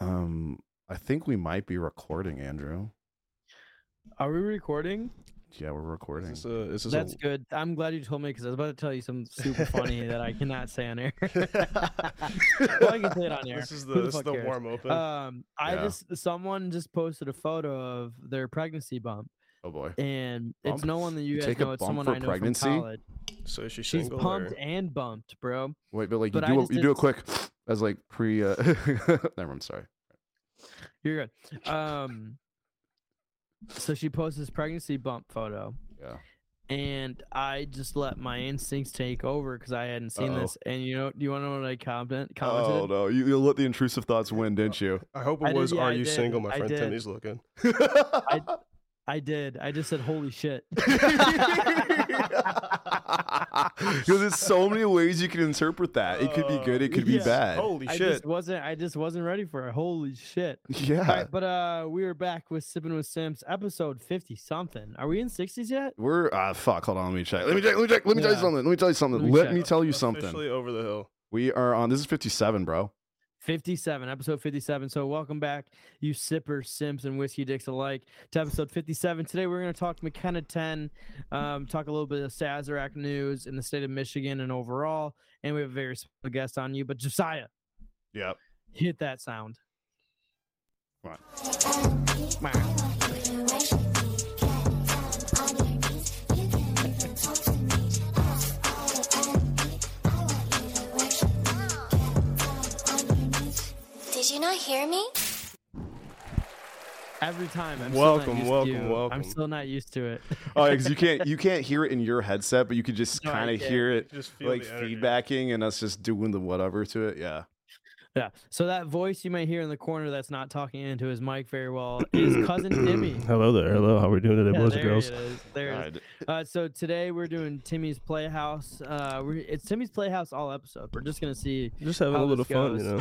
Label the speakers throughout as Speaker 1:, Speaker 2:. Speaker 1: Um, I think we might be recording, Andrew.
Speaker 2: Are we recording?
Speaker 1: Yeah, we're recording.
Speaker 3: Is this a, is this
Speaker 2: That's
Speaker 3: a,
Speaker 2: good. I'm glad you told me because I was about to tell you something super funny that I cannot say on air. well, I can say it on air.
Speaker 3: This is the,
Speaker 2: the
Speaker 3: this is
Speaker 2: fuck
Speaker 3: the
Speaker 2: cares?
Speaker 3: warm open.
Speaker 2: Um, I
Speaker 1: Yeah.
Speaker 2: just someone just posted a photo of their pregnancy bump,
Speaker 1: oh boy.
Speaker 2: and
Speaker 1: Bump?
Speaker 2: it's no one that you,
Speaker 1: You
Speaker 2: guys
Speaker 1: take a
Speaker 2: know. It's
Speaker 1: bump
Speaker 2: someone
Speaker 1: for
Speaker 2: I know
Speaker 1: pregnancy?
Speaker 2: from college.
Speaker 3: so is she
Speaker 2: She's
Speaker 3: single?
Speaker 2: pumped
Speaker 3: or-
Speaker 2: and bumped, bro.
Speaker 1: Wait, but like you
Speaker 2: but I
Speaker 1: do a,
Speaker 2: just
Speaker 1: you do a
Speaker 2: did-
Speaker 1: quick as like pre. Uh, never. mind, I'm sorry.
Speaker 2: You're good. Um, so she posts this pregnancy bump photo,
Speaker 1: Yeah.
Speaker 2: and I just let my instincts take over because I hadn't seen
Speaker 1: Uh-oh. Oh,
Speaker 2: this. And you know, you want to know what I comment commented?
Speaker 1: no, you, you let the intrusive thoughts win, didn't you?
Speaker 3: I hope it
Speaker 2: I did-
Speaker 3: was.
Speaker 2: yeah,
Speaker 3: are
Speaker 2: I
Speaker 3: you
Speaker 2: did.
Speaker 3: single? My
Speaker 2: I
Speaker 3: friend
Speaker 2: did.
Speaker 3: Timmy's looking.
Speaker 2: I did. I just said, "Holy shit!"
Speaker 1: Because there's so many ways you can interpret that. It could be good. It could be
Speaker 2: Uh, Yeah. Oh.
Speaker 1: bad.
Speaker 3: Holy
Speaker 2: I
Speaker 3: shit!
Speaker 2: just wasn't. I just wasn't ready for it. Holy shit!
Speaker 1: yeah.
Speaker 2: All right, but uh, we are back with sipping with Sims, episode fifty something. Are we in sixties yet?
Speaker 1: We're uh fuck. Hold on. Let me check. Let me check. Let me check. Let me tell you
Speaker 2: Yeah.
Speaker 1: something. Let me tell you something.
Speaker 2: Let me
Speaker 1: Let
Speaker 2: check.
Speaker 1: me tell you
Speaker 3: Officially
Speaker 1: something.
Speaker 3: over the hill.
Speaker 1: We are on. This is 57, bro.
Speaker 2: Fifty-seven, episode fifty-seven. So welcome back, you sippers, Sims, and whiskey dicks alike, to episode fifty-seven. Today we're going to talk McKenna ten, um, talk a little bit of Sazerac news in the state of Michigan and overall, and we have a very special guest on you. But Josiah,
Speaker 1: Yep.
Speaker 2: hit that sound.
Speaker 1: Come on.
Speaker 4: Did you not hear me?
Speaker 2: Every time, I'm still
Speaker 3: Welcome,
Speaker 2: not used
Speaker 3: welcome,
Speaker 2: to you.
Speaker 3: welcome.
Speaker 2: I'm still not used to it.
Speaker 1: Oh, because you can't you can't hear it in your headset, but you could just
Speaker 2: No, I
Speaker 1: kind of
Speaker 2: can't.
Speaker 1: hear it
Speaker 3: Just feel
Speaker 1: like
Speaker 3: the energy.
Speaker 1: feedbacking and us just doing the whatever to it. Yeah.
Speaker 2: Yeah. So that voice you may hear in the corner that's not talking into his mic very well is cousin Timmy.
Speaker 3: Hello there. Hello. How are we doing today,
Speaker 2: Yeah, there It is. There it is.
Speaker 1: God.
Speaker 2: Uh, so today we're doing Timmy's Playhouse. Uh, we're, it's Timmy's Playhouse all episode. We're just gonna see.
Speaker 3: Just having
Speaker 2: How this goes.
Speaker 3: know.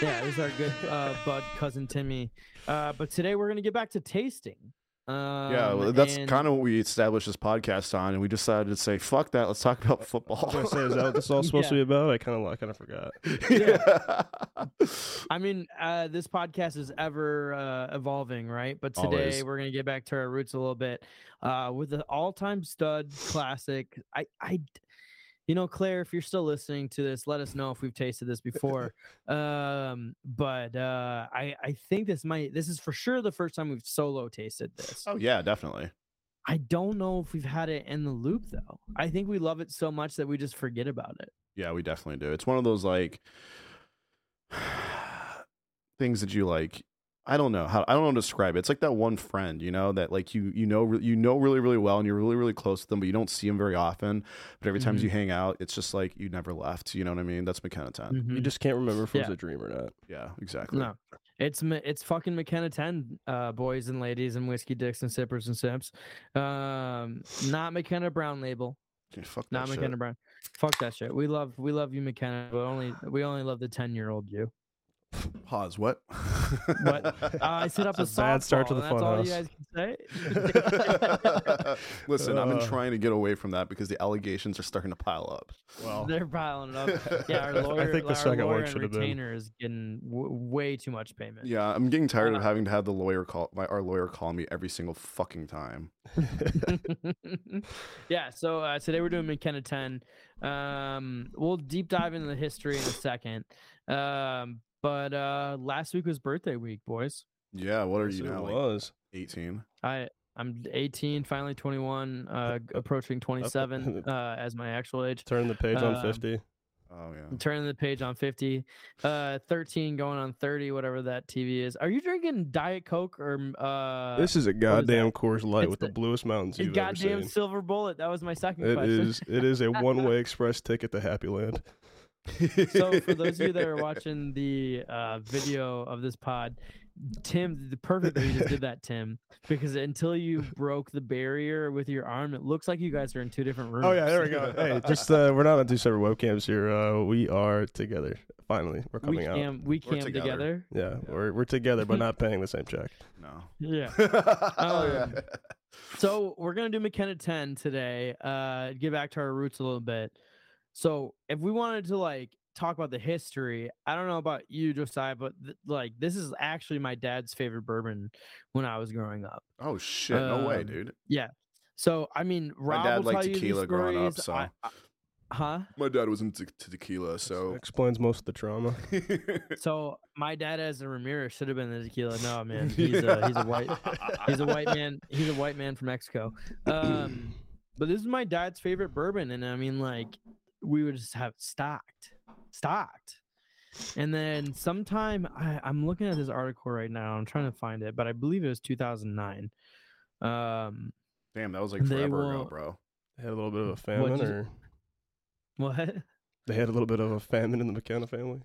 Speaker 2: Yeah, this is our good uh, bud cousin Timmy. Uh, but today we're gonna get back to tasting. Um,
Speaker 1: yeah, well, that's kind of what we established this podcast on, and we decided to say, "Fuck that, let's talk about football."
Speaker 3: I was gonna say, is that what this is all supposed to be
Speaker 2: Yeah. Mm-hmm.
Speaker 3: about? I kind of, I kind of forgot.
Speaker 1: yeah.
Speaker 2: I mean, uh, this podcast is ever uh, evolving, right? But today
Speaker 1: Always.
Speaker 2: we're gonna get back to our roots a little bit uh, with the all-time stud classic. I, I, d- you know, Claire, if you're still listening to this, let us know if we've tasted this before. um, but uh, I, I think this might, this is for sure the first time we've solo tasted this.
Speaker 1: Oh yeah, definitely.
Speaker 2: I don't know if we've had it in the loop though. I think we love it so much that we just forget about it.
Speaker 1: Yeah, we definitely do. It's one of those like things that you like. I don't know how I don't know how to describe it. It's like that one friend, you know, that like you you know re- you know really really well, and you're really really close to them, but you don't see them very often. But every time
Speaker 2: Mhm.
Speaker 1: you hang out, it's just like you never left. You know what I mean? That's McKenna 10
Speaker 2: Mhm.
Speaker 3: You just can't remember if it was
Speaker 2: Yeah.
Speaker 3: a dream or not.
Speaker 1: Yeah, exactly.
Speaker 2: No, it's M- it's fucking McKenna Ten, uh, boys and ladies and whiskey dicks and sippers and simps. Um, not McKenna Brown label,
Speaker 1: Yeah, fuck that
Speaker 2: not
Speaker 1: shit.
Speaker 2: McKenna Brown. Fuck that shit. We love we love you, McKenna, but only we only love the ten year old you.
Speaker 1: Pause. What?
Speaker 2: What? Uh, I set up a
Speaker 3: It's a bad start to
Speaker 2: softball, and
Speaker 3: the
Speaker 2: That's all you
Speaker 3: funhouse.
Speaker 2: guys can say.
Speaker 1: Listen, I've been
Speaker 3: Uh.
Speaker 1: trying to get away from that because the allegations are starting to pile up.
Speaker 3: Well,
Speaker 2: They're piling it up. Yeah, our lawyer,
Speaker 3: think the
Speaker 2: our
Speaker 3: second one
Speaker 2: lawyer and
Speaker 3: should have been-
Speaker 2: retainer is getting w- way too much payment.
Speaker 1: Yeah, I'm getting tired of
Speaker 2: Uh,
Speaker 1: having to have the lawyer call my our lawyer call me every single fucking time.
Speaker 2: yeah, so uh, today we're doing
Speaker 3: Mm-hmm.
Speaker 2: McKenna 10. Um, we'll deep dive into the history in a second. Um, but uh, last week was birthday week, boys.
Speaker 1: Yeah, what are
Speaker 3: yes,
Speaker 1: you
Speaker 3: it
Speaker 1: now? Like
Speaker 3: was.
Speaker 1: 18.
Speaker 2: I I'm 18, finally 21, uh, g- approaching 27 uh, as my actual age.
Speaker 3: Turn the page on
Speaker 2: Um,
Speaker 3: fifty.
Speaker 1: Oh yeah.
Speaker 2: I'm turning the page on 50, uh, 13 going on 30, whatever that TV is. Are you drinking Diet Coke or m- uh,
Speaker 3: this is a goddamn Coors Light
Speaker 2: It's
Speaker 3: with the,
Speaker 2: the-
Speaker 3: bluest mountains you've ever
Speaker 2: goddamn
Speaker 3: seen.
Speaker 2: silver bullet? That was my second
Speaker 3: It
Speaker 2: question.
Speaker 3: is. It is a one-way express ticket to Happy Land.
Speaker 2: So for those of you that are watching the uh, video of this pod, Tim, the perfect way you just did that, Tim, because until you broke the barrier with your arm, it looks like you guys are in two different rooms.
Speaker 3: Oh yeah, there we go. Hey, just uh, we're not on two separate webcams here. Uh, we are together. Finally, we're
Speaker 2: we
Speaker 3: coming out.
Speaker 2: cam, we
Speaker 1: We're
Speaker 2: cam
Speaker 1: together.
Speaker 2: together.
Speaker 3: Yeah, we're we're together, but not paying the same check.
Speaker 1: no.
Speaker 2: Yeah. Um,
Speaker 1: oh yeah.
Speaker 2: So we're gonna do McKenna ten today. Uh, get back to our roots a little bit. So if we wanted to like talk about the history, I don't know about you, Josiah, but th- like this is actually my dad's favorite bourbon when I was growing up.
Speaker 1: Oh shit! No way,
Speaker 2: Um,
Speaker 1: dude.
Speaker 2: So I mean, Rob
Speaker 1: dad
Speaker 2: will
Speaker 1: liked
Speaker 2: tell you these
Speaker 1: tequila growing up,
Speaker 2: stories. I-
Speaker 1: so-
Speaker 2: I- huh?
Speaker 1: My dad was into te- tequila, so.
Speaker 3: explains most of the trauma.
Speaker 2: So my dad as a Ramirez should have been the tequila. No man, he's a he's a white he's a white man. He's a white man from Mexico. Um, but this is my dad's favorite bourbon, and I mean, like, we would just have it stocked, stocked. And then sometime I, I'm looking at this article right now. I'm trying to find it, but I believe it was 2009. Um,
Speaker 1: Damn, that was like
Speaker 2: They
Speaker 1: forever ago,
Speaker 2: will-
Speaker 1: bro.
Speaker 3: They had a little bit of a famine,
Speaker 2: did you-
Speaker 3: or
Speaker 2: what?
Speaker 3: they had a little bit of a famine in the McKenna family.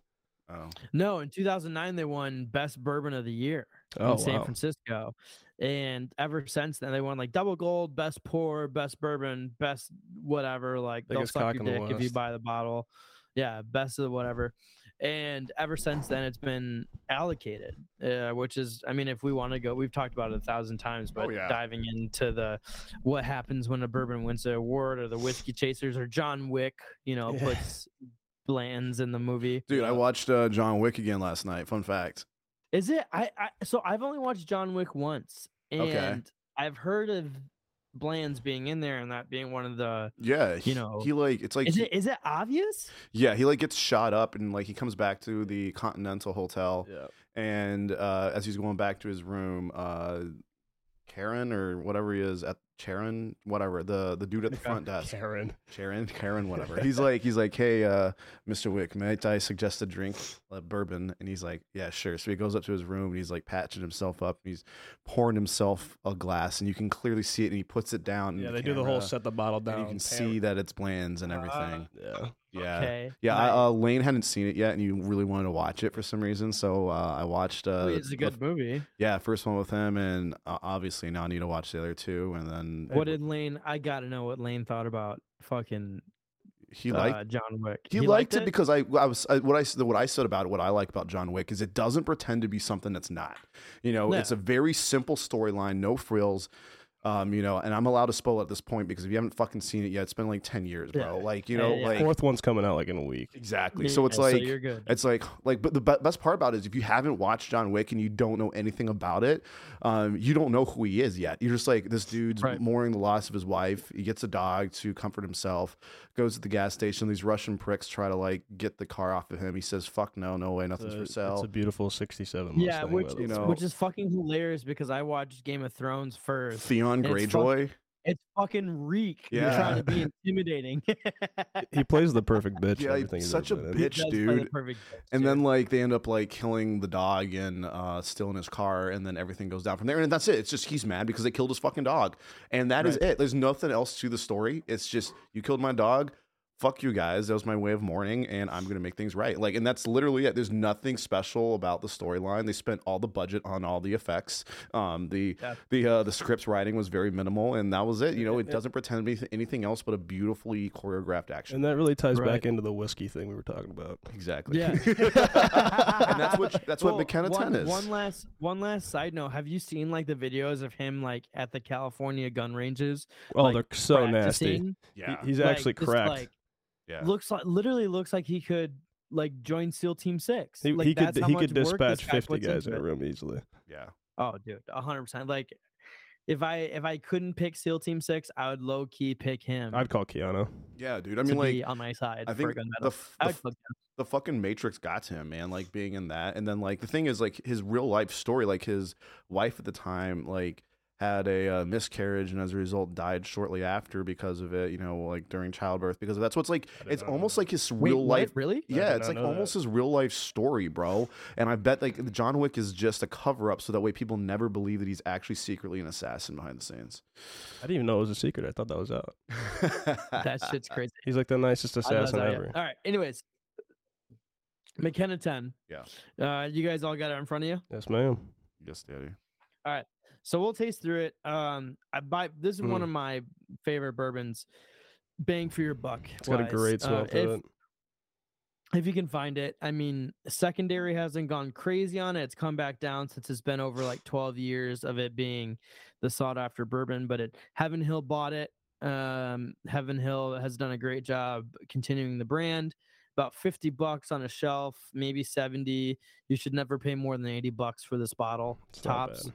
Speaker 1: Oh,
Speaker 2: No, in 2009 they won best bourbon of the year
Speaker 3: Oh,
Speaker 2: in San
Speaker 3: wow.
Speaker 2: Francisco, and ever since then they won like double gold, best pour, best bourbon, best whatever. Like they'll
Speaker 3: Biggest
Speaker 2: suck
Speaker 3: cock
Speaker 2: your
Speaker 3: in the
Speaker 2: dick if you
Speaker 3: West.
Speaker 2: buy the bottle. Yeah, best of whatever. And ever since then, it's been allocated, uh, which is, I mean, if we want to go, we've talked about it a thousand times,
Speaker 3: Oh,
Speaker 2: but
Speaker 1: yeah.
Speaker 2: diving into the what happens when a bourbon wins an award, or the whiskey chasers, or John Wick, you know,
Speaker 3: Yeah.
Speaker 2: puts Bland's in the movie.
Speaker 1: dude, I
Speaker 2: Yeah.
Speaker 1: watched uh, John Wick again last night. Fun fact.
Speaker 2: Is it? I, I so I've only watched John Wick once, and
Speaker 1: Okay.
Speaker 2: I've heard of Bland's being in there and that being one of the.
Speaker 1: Yeah, he-
Speaker 2: know,
Speaker 1: he like it's like
Speaker 2: Is
Speaker 1: he-
Speaker 2: it is it obvious?
Speaker 1: yeah, he like gets shot up and like he comes back to the Continental Hotel
Speaker 3: Yeah.
Speaker 1: and uh, as he's going back to his room, uh, Karen or whatever he is at Sharon, whatever the the dude at the front desk,
Speaker 3: Karen.
Speaker 1: Sharon, Karen, whatever. He's like he's like, hey, uh, Mr. Wick, might I suggest a drink, a bourbon? And he's like, yeah, sure. So he goes up to his room and he's like patching himself up and he's pouring himself a glass and you can clearly see it and he puts it down. in
Speaker 3: Yeah, they do the whole Ah,
Speaker 1: camera,
Speaker 3: set the bottle
Speaker 1: And
Speaker 3: down.
Speaker 1: you can see that it's bland's and everything.
Speaker 3: Yeah.
Speaker 1: yeah.
Speaker 2: Okay.
Speaker 1: Yeah,
Speaker 2: nice.
Speaker 1: I, uh, Lane hadn't seen it yet, and you really wanted to watch it for some reason. So uh, I watched. Uh,
Speaker 2: Wait, it's a
Speaker 1: the-
Speaker 2: good movie.
Speaker 1: yeah, first one with him, and uh, obviously now I need to watch the other two. And then
Speaker 2: What did Lane? I gotta know what Lane thought about fucking
Speaker 1: he liked?
Speaker 2: uh, John Wick.
Speaker 1: he, liked, it, because I, I was I, what I s- what I said about it, what I like about John Wick is it doesn't pretend to be something that's not. You know,
Speaker 2: No.
Speaker 1: it's a very simple storyline, no frills. Um, you know, and I'm allowed to spoil at this point because if you haven't fucking seen it yet, it's been like ten years,
Speaker 2: Yeah.
Speaker 1: bro. Like you
Speaker 2: Yeah,
Speaker 1: know,
Speaker 2: yeah, yeah.
Speaker 1: like
Speaker 3: Fourth one's coming out like in a week.
Speaker 1: exactly. so it's
Speaker 2: Yeah,
Speaker 1: like
Speaker 2: you're good.
Speaker 1: It's like like but the be- best part about it is if you haven't watched John Wick and you don't know anything about it, um, you don't know who he is yet. You're just like this dude's
Speaker 2: Right.
Speaker 1: mourning the loss of his wife. He gets a dog to comfort himself. Goes to the gas station. These Russian pricks try to like get the car off of him. He says, "Fuck no, no way, nothing's
Speaker 3: Uh,
Speaker 1: for
Speaker 3: It's
Speaker 1: sale."
Speaker 3: a beautiful 67.
Speaker 2: Yeah,
Speaker 3: Mustang,
Speaker 2: which
Speaker 3: by the
Speaker 1: you
Speaker 3: way.
Speaker 1: know-
Speaker 2: which is fucking hilarious because I watched Game of Thrones first.
Speaker 1: Theon
Speaker 2: and it's
Speaker 1: Greyjoy.
Speaker 2: It's fucking reek. You're trying to be intimidating.
Speaker 3: he plays the perfect bitch. in
Speaker 1: Yeah,
Speaker 3: everything
Speaker 1: he's
Speaker 3: he's
Speaker 1: such a
Speaker 3: ever been in.
Speaker 1: bitch,
Speaker 2: Does play the
Speaker 1: dude.
Speaker 2: perfect bitch,
Speaker 1: And
Speaker 2: dude.
Speaker 1: then like they end up like killing the dog and uh, still in his car, and then everything goes down from there. And that's it. It's just he's mad because they killed his fucking dog, and that is it. There's nothing else to the story. It's just you killed my dog. Fuck you guys. That was my way of mourning, and I'm gonna make things right. Like, and that's literally it. There's nothing special about the storyline. They spent all the budget on all the effects. Um, the
Speaker 2: Yeah.
Speaker 1: the uh, the script's writing was very minimal, and that was it. You know, it
Speaker 3: Yeah.
Speaker 1: doesn't pretend to be anything else but a beautifully choreographed action.
Speaker 3: And that really ties
Speaker 2: Right.
Speaker 3: back into the whiskey thing we were talking about.
Speaker 1: Exactly.
Speaker 2: Yeah.
Speaker 1: and that's what that's what
Speaker 2: Well,
Speaker 1: McKenna
Speaker 2: one,
Speaker 1: Ten is.
Speaker 2: One last one last side note. Have you seen like the videos of him like at the California gun ranges?
Speaker 3: Oh,
Speaker 2: like,
Speaker 3: they're so nasty.
Speaker 2: practicing?
Speaker 3: He- he's actually
Speaker 2: Like, just,
Speaker 3: cracked.
Speaker 2: like,
Speaker 1: yeah.
Speaker 2: Looks like literally looks like he could like join SEAL Team Six.
Speaker 3: he,
Speaker 2: like,
Speaker 3: he could
Speaker 2: that's how
Speaker 3: he
Speaker 2: much
Speaker 3: could
Speaker 2: work this
Speaker 3: dispatch
Speaker 2: guy
Speaker 3: 50
Speaker 2: puts
Speaker 3: guys
Speaker 2: into
Speaker 3: in a
Speaker 2: it.
Speaker 3: room easily.
Speaker 1: yeah.
Speaker 2: Oh, dude, hundred percent. Like if I if I couldn't pick SEAL Team Six, I would low key pick him.
Speaker 3: I'd call Keanu.
Speaker 1: Yeah, dude. I
Speaker 2: to
Speaker 1: mean, like,
Speaker 2: be on my side.
Speaker 1: I
Speaker 2: for
Speaker 1: think
Speaker 2: a gun
Speaker 1: the,
Speaker 2: medal.
Speaker 1: f-
Speaker 2: I
Speaker 1: the,
Speaker 2: would
Speaker 1: f-
Speaker 2: fuck
Speaker 1: the fucking Matrix got to him, man. Like being in that, and then like the thing is, like his real life story, like his wife at the time, like had a uh, miscarriage and as a result died shortly after because of it. You know, like during childbirth because of that. So it's like
Speaker 3: did
Speaker 1: it's
Speaker 3: not know
Speaker 1: almost
Speaker 3: that.
Speaker 1: like his
Speaker 2: Wait,
Speaker 1: real
Speaker 2: what?
Speaker 1: life.
Speaker 2: really?
Speaker 3: I
Speaker 1: Yeah,
Speaker 3: did
Speaker 1: it's
Speaker 3: not
Speaker 1: like
Speaker 3: know
Speaker 1: almost
Speaker 3: that.
Speaker 1: his real life story, bro. And I bet like John Wick is just a cover up, so that way people never believe that he's actually secretly an assassin behind the scenes.
Speaker 3: I didn't even know it was a secret. I thought that was out.
Speaker 2: That shit's crazy.
Speaker 3: He's like the nicest
Speaker 2: I love
Speaker 3: assassin
Speaker 2: that, yeah.
Speaker 3: ever.
Speaker 2: All right. Anyways, McKenna 10.
Speaker 1: Yeah.
Speaker 2: Uh, you guys all got it in front of you.
Speaker 3: Yes, ma'am.
Speaker 1: yes, daddy.
Speaker 2: So we'll taste through it. Um, I buy this is one
Speaker 3: Mm.
Speaker 2: of my favorite bourbons. Bang for your buck. Uh,
Speaker 3: It's got a great smell to
Speaker 2: if,
Speaker 3: it.
Speaker 2: if you can find it. I mean,
Speaker 3: Mm.
Speaker 2: secondary hasn't gone crazy on it. It's come back down since it's been over like 12 years of it being the sought after bourbon, but it Heaven Hill bought it. Um, Heaven Hill has done a great job continuing the brand. about 50 bucks on a shelf, maybe 70. You should never pay more than 80 bucks for this bottle
Speaker 3: It's not
Speaker 2: tops.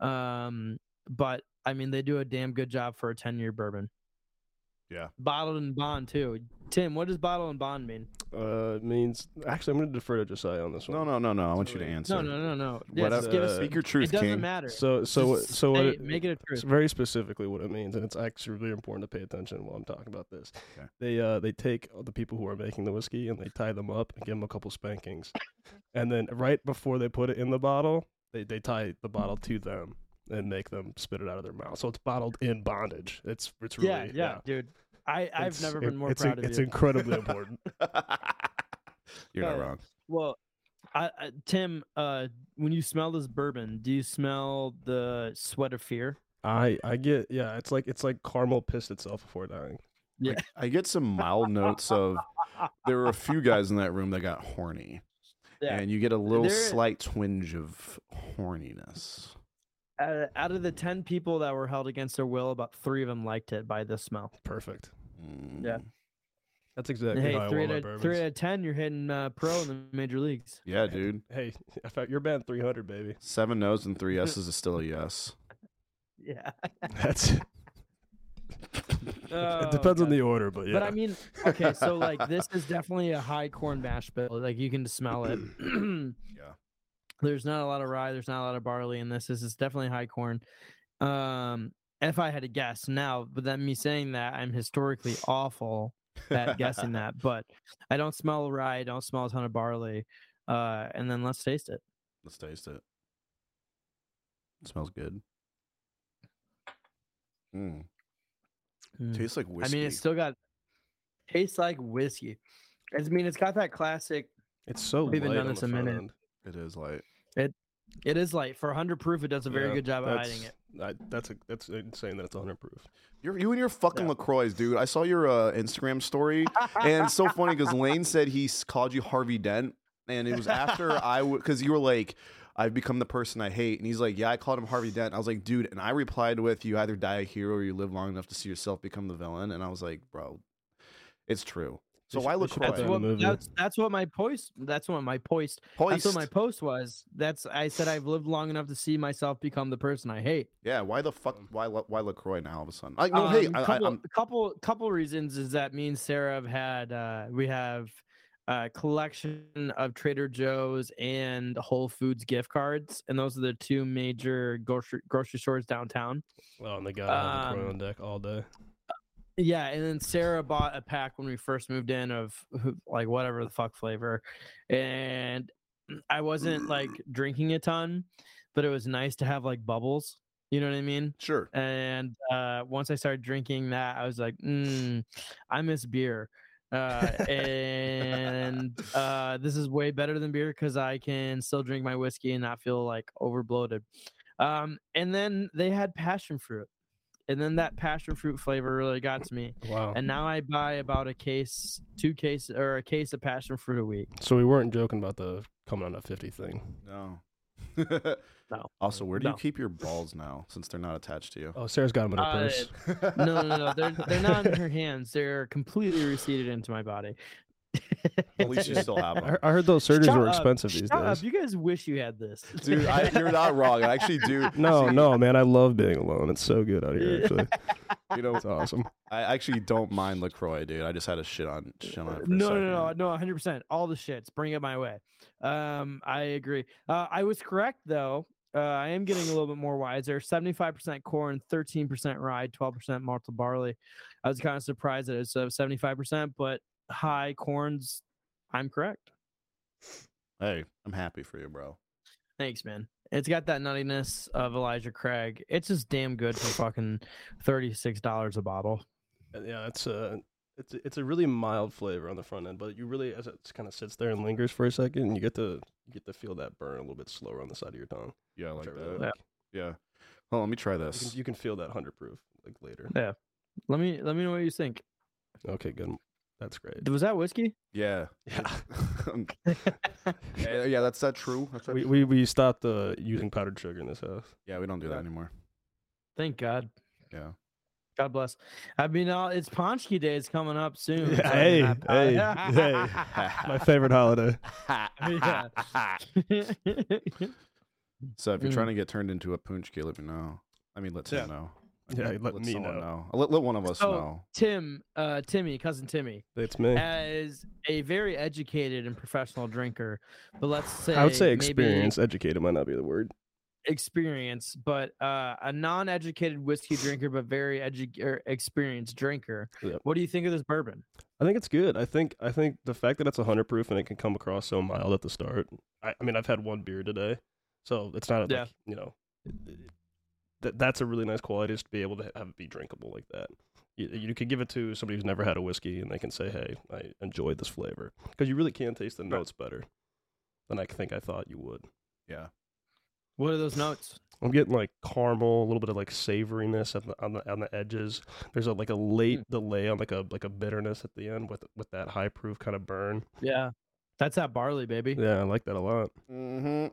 Speaker 3: bad.
Speaker 2: Um, but I mean, they do a damn good job for a 10 year bourbon.
Speaker 1: Yeah.
Speaker 2: Bottled and bond too. Tim, what does bottle and bond mean?
Speaker 3: Uh, it means actually, I'm going to defer to Josiah on this one.
Speaker 1: No, no, no, no. I want you to
Speaker 3: Absolutely.
Speaker 1: answer.
Speaker 2: No, no, no, no. Yeah,
Speaker 1: What
Speaker 2: just
Speaker 3: up,
Speaker 2: give us,
Speaker 3: uh,
Speaker 1: Speak your
Speaker 2: it
Speaker 1: truth,
Speaker 2: doesn't
Speaker 1: King.
Speaker 2: matter.
Speaker 3: So, so, what-
Speaker 2: Just
Speaker 3: so what?
Speaker 2: say-
Speaker 3: It,
Speaker 2: make it a
Speaker 3: It's
Speaker 2: truth.
Speaker 3: very specifically what it means, and it's actually really important to pay attention while I'm talking about this.
Speaker 1: Okay.
Speaker 3: They uh, they take the people who are making the whiskey and they tie them up and give them a couple spankings, and then right before they put it in the bottle, they they tie the bottle to them and make them spit it out of their mouth. So it's bottled in bondage. It's it's really
Speaker 2: yeah, yeah, dude. I, I've
Speaker 3: It's-
Speaker 2: never
Speaker 3: it-
Speaker 2: been more
Speaker 3: it's,
Speaker 2: proud
Speaker 3: in-
Speaker 2: of
Speaker 3: It's
Speaker 2: you.
Speaker 3: incredibly important.
Speaker 1: You're not
Speaker 2: Uh,
Speaker 1: wrong.
Speaker 2: Well, I, I, Tim, uh, when you smell this bourbon, do you smell the sweat of fear?
Speaker 3: I I get yeah. It's like it's like caramel pissed itself before dying.
Speaker 1: I get some mild notes of there were a few guys in that room that got horny,
Speaker 2: Yeah.
Speaker 1: and you get a little
Speaker 2: There-
Speaker 1: slight twinge of horniness.
Speaker 2: Uh, out of the 10 people that were held against their will, about three of them liked it by this smell.
Speaker 3: Perfect.
Speaker 1: Mm.
Speaker 2: Yeah.
Speaker 3: That's exactly
Speaker 2: hey,
Speaker 3: how I
Speaker 2: three
Speaker 3: want my
Speaker 2: out, of, three
Speaker 3: bourbons.
Speaker 2: out of 10, you're hitting uh, pro in the major leagues.
Speaker 1: yeah, dude.
Speaker 3: Hey, I found your band 300, baby.
Speaker 1: Seven no's and three yeses is still a yes.
Speaker 2: Yeah.
Speaker 3: That's
Speaker 2: Oh,
Speaker 3: it depends on
Speaker 2: God.
Speaker 3: the order, but yeah.
Speaker 2: But I mean, okay, so like this is definitely a high corn mash bill. Like you can just smell it. yeah. There's not a lot of rye. There's not a lot of barley in this. This is definitely high corn. Um, if I had to guess now, but then me saying that I'm historically awful at guessing that. But I don't smell rye. I don't smell a ton of barley. Uh, and then let's taste it.
Speaker 1: Let's taste it. it smells good. Mm.
Speaker 2: Mm.
Speaker 1: Tastes like
Speaker 2: I
Speaker 1: whiskey.
Speaker 2: mean, it's still got tastes like whiskey. I mean, it's got that classic.
Speaker 3: it's so
Speaker 2: We've been
Speaker 3: light
Speaker 2: doing
Speaker 3: on
Speaker 2: this
Speaker 3: the
Speaker 2: a
Speaker 3: front
Speaker 2: minute.
Speaker 3: end.
Speaker 1: It is like
Speaker 2: It is light for 100 proof. It does a very
Speaker 3: Yeah,
Speaker 2: good job of
Speaker 3: that's-
Speaker 2: hiding it.
Speaker 3: I, that's a, that's insane that it's 100 proof.
Speaker 1: you're, you and your fucking
Speaker 3: Yeah.
Speaker 1: Lacroix, dude. I saw your uh, Instagram story, and it's so funny because Lane said he s- called you Harvey Dent, and it was after I because you were like, "I've become the person I hate," and he's like, "Yeah, I called him Harvey Dent." I was like, "Dude," and I replied with, "You either die a hero or you live long enough to see yourself become the villain," and I was like, "Bro, it's true." So
Speaker 3: They
Speaker 1: why
Speaker 3: should- they should
Speaker 1: Lacroix?
Speaker 3: put
Speaker 2: That's
Speaker 3: Right.
Speaker 2: what,
Speaker 3: Movie.
Speaker 2: that's, that's what my post. That's what my post. That's what
Speaker 1: Hoist.
Speaker 2: my post was. That's I said I've lived long enough to see myself become the person I hate.
Speaker 1: Yeah, why the fuck? Why La- why Lacroix now all of a sudden? I, no, Oh, hey,
Speaker 2: Um,
Speaker 1: I, I,
Speaker 2: couple,
Speaker 1: I'm,
Speaker 2: couple couple reasons is that me and Sarah have had uh, we have a collection of Trader Joe's and Whole Foods gift cards, and those are the two major grocery grocery stores downtown.
Speaker 3: Oh, and they got all the
Speaker 2: Um,
Speaker 3: Croy on deck all day.
Speaker 2: Yeah, and then Sarah bought a pack when we first moved in of who- like whatever the fuck flavor, and I wasn't like drinking a ton, but it was nice to have like bubbles. You know what I mean?
Speaker 1: sure.
Speaker 2: And uh, once I started drinking that, I was like, mm, I miss beer, uh, and uh, this is way better than beer because I can still drink my whiskey and not feel like overbloated. Um, and then they had passion fruit. And then that passion fruit flavor really got to me
Speaker 3: Wow.
Speaker 2: and now I buy about a case, two case, or a case of passion fruit a week.
Speaker 3: so we weren't joking about the coming on a 50 thing.
Speaker 1: No.
Speaker 2: No.
Speaker 1: Also, where do
Speaker 2: No.
Speaker 1: you keep your balls now since they're not attached to you?
Speaker 3: Oh, Sarah's got him in her
Speaker 2: Uh,
Speaker 3: purse.
Speaker 2: No, no, no, no, they're they're not in her hands. They're completely receded into my body.
Speaker 1: At least you still have
Speaker 3: I,
Speaker 1: them.
Speaker 3: he- I heard those surgeries
Speaker 2: Shut
Speaker 3: were
Speaker 2: up,
Speaker 3: expensive these
Speaker 2: shut up,
Speaker 3: days.
Speaker 2: You guys wish you had this,
Speaker 1: Dude, I, you're not wrong. I actually do.
Speaker 3: No, no, man. I love being alone. It's so good out here,
Speaker 2: Yeah.
Speaker 3: actually.
Speaker 1: You know,
Speaker 3: It's awesome.
Speaker 1: I actually don't mind Lacroix, dude. I just had a shit on shit on. it for a
Speaker 2: no,
Speaker 1: second.
Speaker 2: no, no, no, 100. percent All the shits. Bring it my way. Um, I agree. Uh, I was correct though. Uh, I am getting a little bit more wiser. 75% corn, 13% rye, 12% malted barley. I was kind of surprised that it's uh, 75%, but high corns. I'm correct.
Speaker 1: Hey, I'm happy for you, bro.
Speaker 2: Thanks, man. It's got that nuttiness of Elijah Craig. It's just damn good for fucking $36 a bottle.
Speaker 3: Uh, Yeah, it's a it's a- it's a really mild flavor on the front end, but you really as it kind of sits there and lingers for a second, and you get to you get to feel that burn a little bit slower on the side of your tongue.
Speaker 1: Yeah, I like
Speaker 3: which I really
Speaker 1: that.
Speaker 2: Yeah.
Speaker 1: Yeah.
Speaker 3: like.
Speaker 1: Well, let me try
Speaker 3: You can,
Speaker 1: this.
Speaker 3: you can feel that hundred proof like later.
Speaker 2: Let me let me know what you think.
Speaker 3: Okay, good. That's great.
Speaker 2: Was that whiskey?
Speaker 1: Yeah. Yeah, yeah, that's that true. That's that
Speaker 3: we,
Speaker 1: true.
Speaker 3: we we stopped uh, using powdered sugar in this house.
Speaker 1: yeah, we don't do that anymore.
Speaker 2: Thank God.
Speaker 1: Yeah.
Speaker 2: God bless. I mean, uh, it's Ponchki Day is coming up soon. so I
Speaker 3: Hey,
Speaker 2: mean, I-
Speaker 3: hey, My favorite holiday.
Speaker 1: so if you're
Speaker 2: Mm.
Speaker 1: trying to get turned into a punchki, let me know. I mean, let
Speaker 3: Yeah.
Speaker 1: Tim know. I
Speaker 3: Yeah,
Speaker 1: mean,
Speaker 3: let me
Speaker 1: someone
Speaker 3: know.
Speaker 1: Let, let one of us
Speaker 2: So-
Speaker 1: know.
Speaker 2: Tim, uh, Timmy, cousin Timmy,
Speaker 3: It's me.
Speaker 2: Uh, as a very educated and professional drinker, but let's say
Speaker 3: I would say
Speaker 2: maybe
Speaker 3: experience. Educated might not be the word.
Speaker 2: experience, but uh, a non-educated whiskey drinker, but very edu- er, experienced drinker.
Speaker 3: Yep.
Speaker 2: What do you think of this bourbon?
Speaker 3: I think it's good. I think I think the fact that it's hundred proof and it can come across so mild at the start. I, I mean, I've had one beer today, so it's not
Speaker 2: Yeah.
Speaker 3: like you know. That that's a really nice quality is to be able to have it be drinkable like that. You, you can give it to somebody who's never had a whiskey and they can say, "Hey, I enjoyed this flavor," because you really can taste the notes better than I think I thought you would.
Speaker 2: What are those notes?
Speaker 3: I'm getting like caramel, a little bit of like savoriness at the, on the on the edges. There's a like a late delay on like a like a bitterness at the end with with that high proof kind of burn.
Speaker 2: Yeah, that's that barley, baby.
Speaker 3: Yeah, I like that a lot.
Speaker 1: Mm-hmm.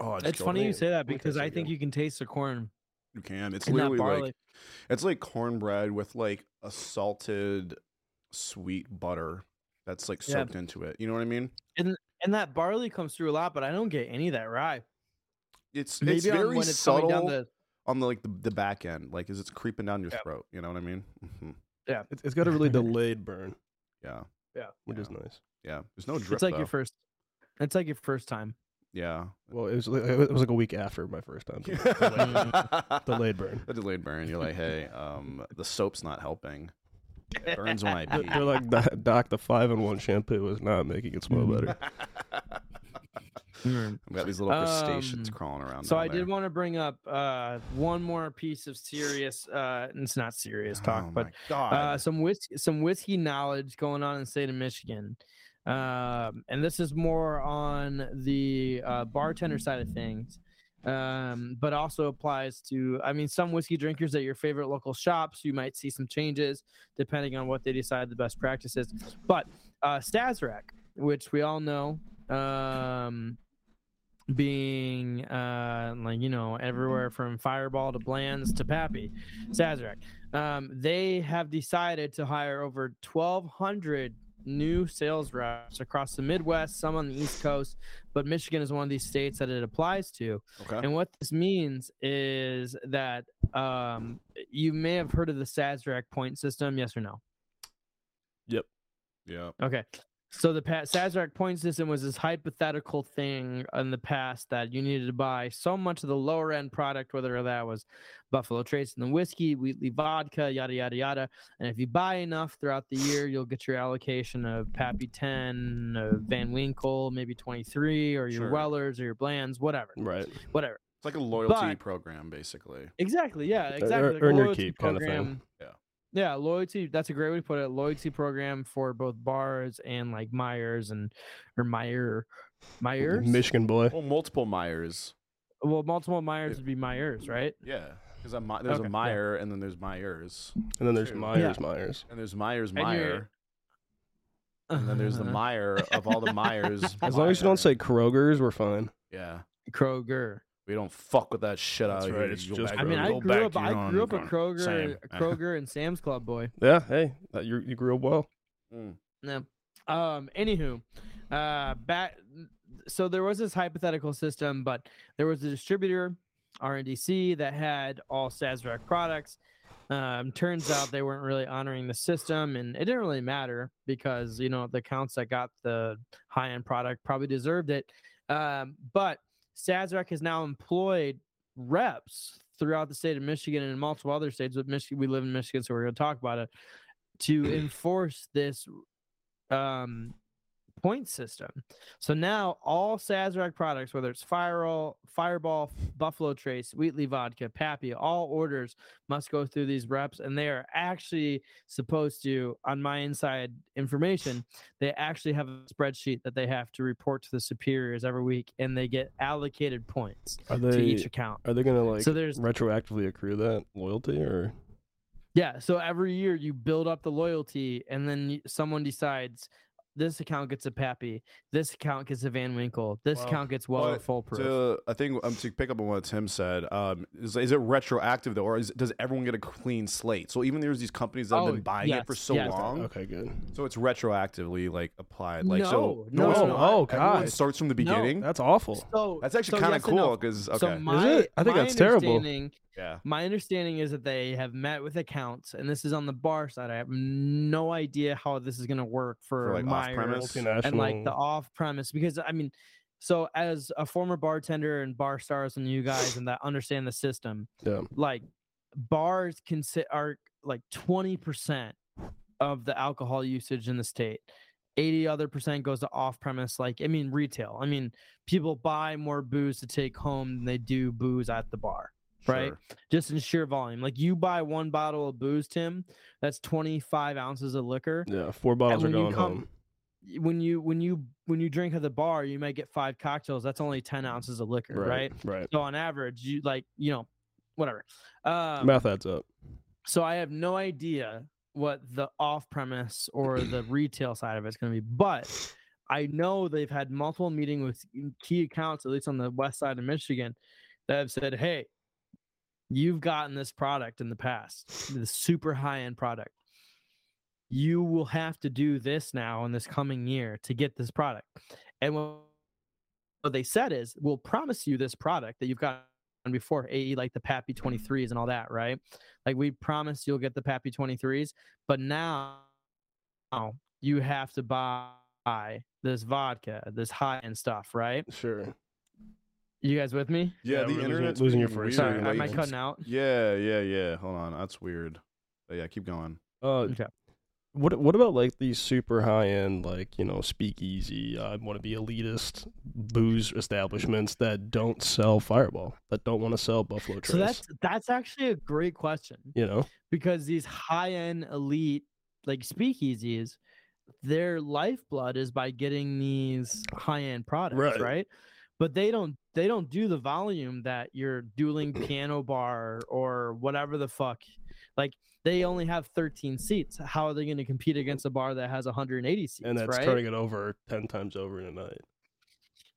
Speaker 1: Oh, I just
Speaker 2: It's
Speaker 1: killed
Speaker 2: funny
Speaker 1: it.
Speaker 2: you say that
Speaker 3: think
Speaker 2: because
Speaker 3: that's
Speaker 2: I
Speaker 3: so
Speaker 2: think
Speaker 3: good.
Speaker 2: you can taste the corn
Speaker 1: You can. It's
Speaker 2: in that
Speaker 1: literally
Speaker 2: barley.
Speaker 1: like it's like cornbread with like a salted sweet butter that's like
Speaker 2: Yeah.
Speaker 1: soaked into it. You know what I mean?
Speaker 2: and that barley comes through a lot, but I don't get any of that rye.
Speaker 1: It's
Speaker 2: Maybe
Speaker 1: it's
Speaker 2: on-
Speaker 1: very
Speaker 2: when it's
Speaker 1: subtle
Speaker 2: coming down the
Speaker 1: on the like the, the back end, like as it's creeping down your
Speaker 2: Yeah.
Speaker 1: throat. You know what I mean? hmm
Speaker 3: It's, it's got a really delayed burn,
Speaker 1: Yeah,
Speaker 3: which
Speaker 1: Yeah.
Speaker 3: is nice.
Speaker 1: yeah. There's no drip.
Speaker 2: it's like
Speaker 1: though.
Speaker 2: your first. It's like your first time.
Speaker 1: Yeah.
Speaker 3: Well, it was like, it was like a week after my first time. so it's delayed-
Speaker 2: Mm.
Speaker 3: Delayed burn.
Speaker 1: The delayed burn. You're like, hey, um, the soap's not helping. It burns when I
Speaker 3: They're-
Speaker 1: pee.
Speaker 3: They're like, "Doc- Doc, the five in one shampoo is not making it smell better.
Speaker 1: I've got these little crustaceans
Speaker 2: Um,
Speaker 1: crawling around.
Speaker 2: So
Speaker 1: down
Speaker 2: I
Speaker 1: there.
Speaker 2: did want to bring up uh, one more piece of serious. Uh, it's not serious talk,
Speaker 1: Oh
Speaker 2: but
Speaker 1: my God.
Speaker 2: uh, some whiskey, some whiskey knowledge going on in the state of Michigan. Um, and this is more on the uh, bartender side of things, um, but also applies to, I mean, some whiskey drinkers at your favorite local shops. You might see some changes depending on what they decide the best practice is. But uh, Sazerac, which we all know, um, being uh, like, you know, everywhere from Fireball to Bland's to Pappy, Sazerac um, they have decided to hire over 1,200 new sales reps across the Midwest, some on the East Coast, but Michigan is one of these states that it applies to.
Speaker 1: okay.
Speaker 2: And what this means is that um, you may have heard of the Sazerac point system, yes or no?
Speaker 1: yeah.
Speaker 2: Okay. So the pa- Sazerac point system was this hypothetical thing in the past that you needed to buy so much of the lower end product, whether that was Buffalo Trace and the whiskey, Wheatley vodka, yada yada yada. And if you buy enough throughout the year, you'll get your allocation of Pappy Ten, of Van Winkle, maybe twenty three, or your
Speaker 1: Sure.
Speaker 2: Wellers or your Blands, whatever,
Speaker 3: Right.
Speaker 2: whatever.
Speaker 1: It's like a loyalty
Speaker 2: But-
Speaker 1: program, basically.
Speaker 2: Exactly. Yeah.
Speaker 3: Uh,
Speaker 2: Exactly.
Speaker 3: ear-
Speaker 2: like
Speaker 3: earn your
Speaker 2: loyalty
Speaker 3: keep kind of thing.
Speaker 2: program.
Speaker 1: Yeah.
Speaker 2: Yeah. Loyalty. That's a great way to put it. Loyalty program for both bars and like Myers and or Meyer, Myers.
Speaker 3: Michigan boy.
Speaker 1: Well, multiple Myers.
Speaker 2: well, multiple Myers would be Myers, right?
Speaker 1: Yeah. Because there's
Speaker 2: Okay, yeah.
Speaker 1: a Meyer and then there's Myers.
Speaker 3: And then there's
Speaker 1: True.
Speaker 3: Myers, Myers.
Speaker 1: And there's Myers
Speaker 2: you're-
Speaker 1: Meyer. And, then there's the Meyer of all the Myers.
Speaker 3: As long as you don't say Kroger's, we're fine.
Speaker 1: Yeah.
Speaker 2: Kroger.
Speaker 1: We don't fuck with that shit
Speaker 3: That's
Speaker 1: out
Speaker 3: right,
Speaker 1: here.
Speaker 3: it's
Speaker 1: You go
Speaker 3: just
Speaker 1: back-
Speaker 2: I mean,
Speaker 1: you
Speaker 2: I
Speaker 1: go
Speaker 2: grew
Speaker 1: back
Speaker 2: up.
Speaker 1: to your
Speaker 2: I
Speaker 1: own
Speaker 2: grew up a
Speaker 1: ground.
Speaker 2: Kroger,
Speaker 1: Same.
Speaker 2: a Kroger, and Sam's Club boy.
Speaker 3: Yeah. Hey, that, you you grew up well.
Speaker 1: Mm.
Speaker 2: No. Um. Anywho, uh, back. So there was this hypothetical system, but there was a distributor, RNDC, that had all Sazerac products. Um, turns out they weren't really honoring the system, and it didn't really matter because you know the accounts that got the high end product probably deserved it. Um, but Sazerac has now employed reps throughout the state of Michigan and in multiple other states. But Michigan, we live in Michigan, so we're going to talk about it to enforce this um, point system. So now all Sazerac products, whether it's Fireball, Fireball, Buffalo Trace, Wheatley Vodka, Pappy, all orders must go through these reps, and they are actually supposed to, on my inside information, they actually have a spreadsheet that they have to report to the superiors every week, and they get allocated points
Speaker 3: Are
Speaker 2: to
Speaker 3: they
Speaker 2: each account.
Speaker 3: are they gonna like
Speaker 2: so there's
Speaker 3: retroactively accrue that loyalty or
Speaker 2: Yeah, so every year you build up the loyalty, and then y- someone decides This account gets a Pappy. This account gets a Van Winkle. This
Speaker 3: Wow.
Speaker 2: account gets Weller
Speaker 1: But
Speaker 2: foolproof.
Speaker 1: To, I think um, to pick up on what Tim said, um, is, is it retroactive though, or is, does everyone get a clean slate? So even there's these companies that have
Speaker 2: Oh,
Speaker 1: been buying it for
Speaker 2: yes,
Speaker 1: so
Speaker 2: yes.
Speaker 1: long,
Speaker 3: Okay, good.
Speaker 1: so it's retroactively like applied. Like so,
Speaker 2: No, no,
Speaker 1: it's
Speaker 2: no,
Speaker 1: not.
Speaker 3: oh
Speaker 1: Everyone
Speaker 3: god,
Speaker 1: starts from the
Speaker 2: No.
Speaker 1: beginning.
Speaker 3: that's awful.
Speaker 2: So
Speaker 1: That's actually
Speaker 2: so
Speaker 1: kind of
Speaker 2: yes and no.
Speaker 1: cool because okay,
Speaker 2: So my,
Speaker 3: it? I think
Speaker 2: my
Speaker 3: that's terrible.
Speaker 2: understanding-
Speaker 1: yeah,
Speaker 2: My understanding is that they have met with accounts, and this is on the bar side. I have no idea how this is going to work for,
Speaker 1: for like off
Speaker 2: Myers
Speaker 1: premise.
Speaker 3: Multinational.
Speaker 2: and like the off premise because I mean, so as a former bartender and bar stars and you guys and that understand the system,
Speaker 3: Yeah.
Speaker 2: like bars can sit are like twenty percent of the alcohol usage in the state. Eighty other percent goes to off premise, like I mean retail. I mean, people buy more booze to take home than they do booze at the bar Right.
Speaker 1: Sure.
Speaker 2: just in sheer volume. Like you buy one bottle of booze, Tim, that's 25 ounces of liquor.
Speaker 3: yeah, four bottles are
Speaker 2: when you
Speaker 3: going
Speaker 2: come-
Speaker 3: home.
Speaker 2: Y- When you when you when you drink at the bar, you might get five cocktails. That's only 10 ounces of liquor, right?
Speaker 3: Right, right.
Speaker 2: So on average, you like, you know, whatever. Um,
Speaker 3: Math adds up.
Speaker 2: so I have no idea what the off premise or the retail side of it's going to be, but I know they've had multiple meeting with key accounts, at least on the west side of Michigan, that have said, "Hey, you've gotten this product in the past, the super high end product. You will have to do this now in this coming year to get this product." And what what they said is, "We'll promise you this product that you've gotten before, AE like the Pappy 23s and all that, right?" Like we promise you'll get the Pappy 23s, but now now you have to buy this vodka, this high end stuff, right?
Speaker 3: Sure.
Speaker 2: You guys with me?
Speaker 1: Yeah,
Speaker 3: Yeah,
Speaker 1: the
Speaker 3: we're losing-
Speaker 1: internet's
Speaker 3: losing your
Speaker 1: being
Speaker 3: first
Speaker 1: weird
Speaker 2: Sorry,
Speaker 3: name.
Speaker 2: am I
Speaker 1: lately.
Speaker 2: cutting out?
Speaker 1: Yeah, yeah, yeah. Hold on, that's weird. But yeah, keep going.
Speaker 3: Uh,
Speaker 2: Okay.
Speaker 3: What What about like these super high end, like you know, speakeasy? I want to be elitist booze establishments that don't sell Fireball, that don't want to sell Buffalo Trace.
Speaker 2: So that's that's actually a great question
Speaker 3: you know,
Speaker 2: because these high end elite like speakeasies, their lifeblood is by getting these high end products,
Speaker 3: Right.
Speaker 2: right. But they don't they don't do the volume that your dueling piano bar or whatever the fuck. Like they only have 13 seats. How are they going to compete against a bar that has 180 seats?
Speaker 3: and that's
Speaker 2: right?
Speaker 3: turning it over ten times over in a night.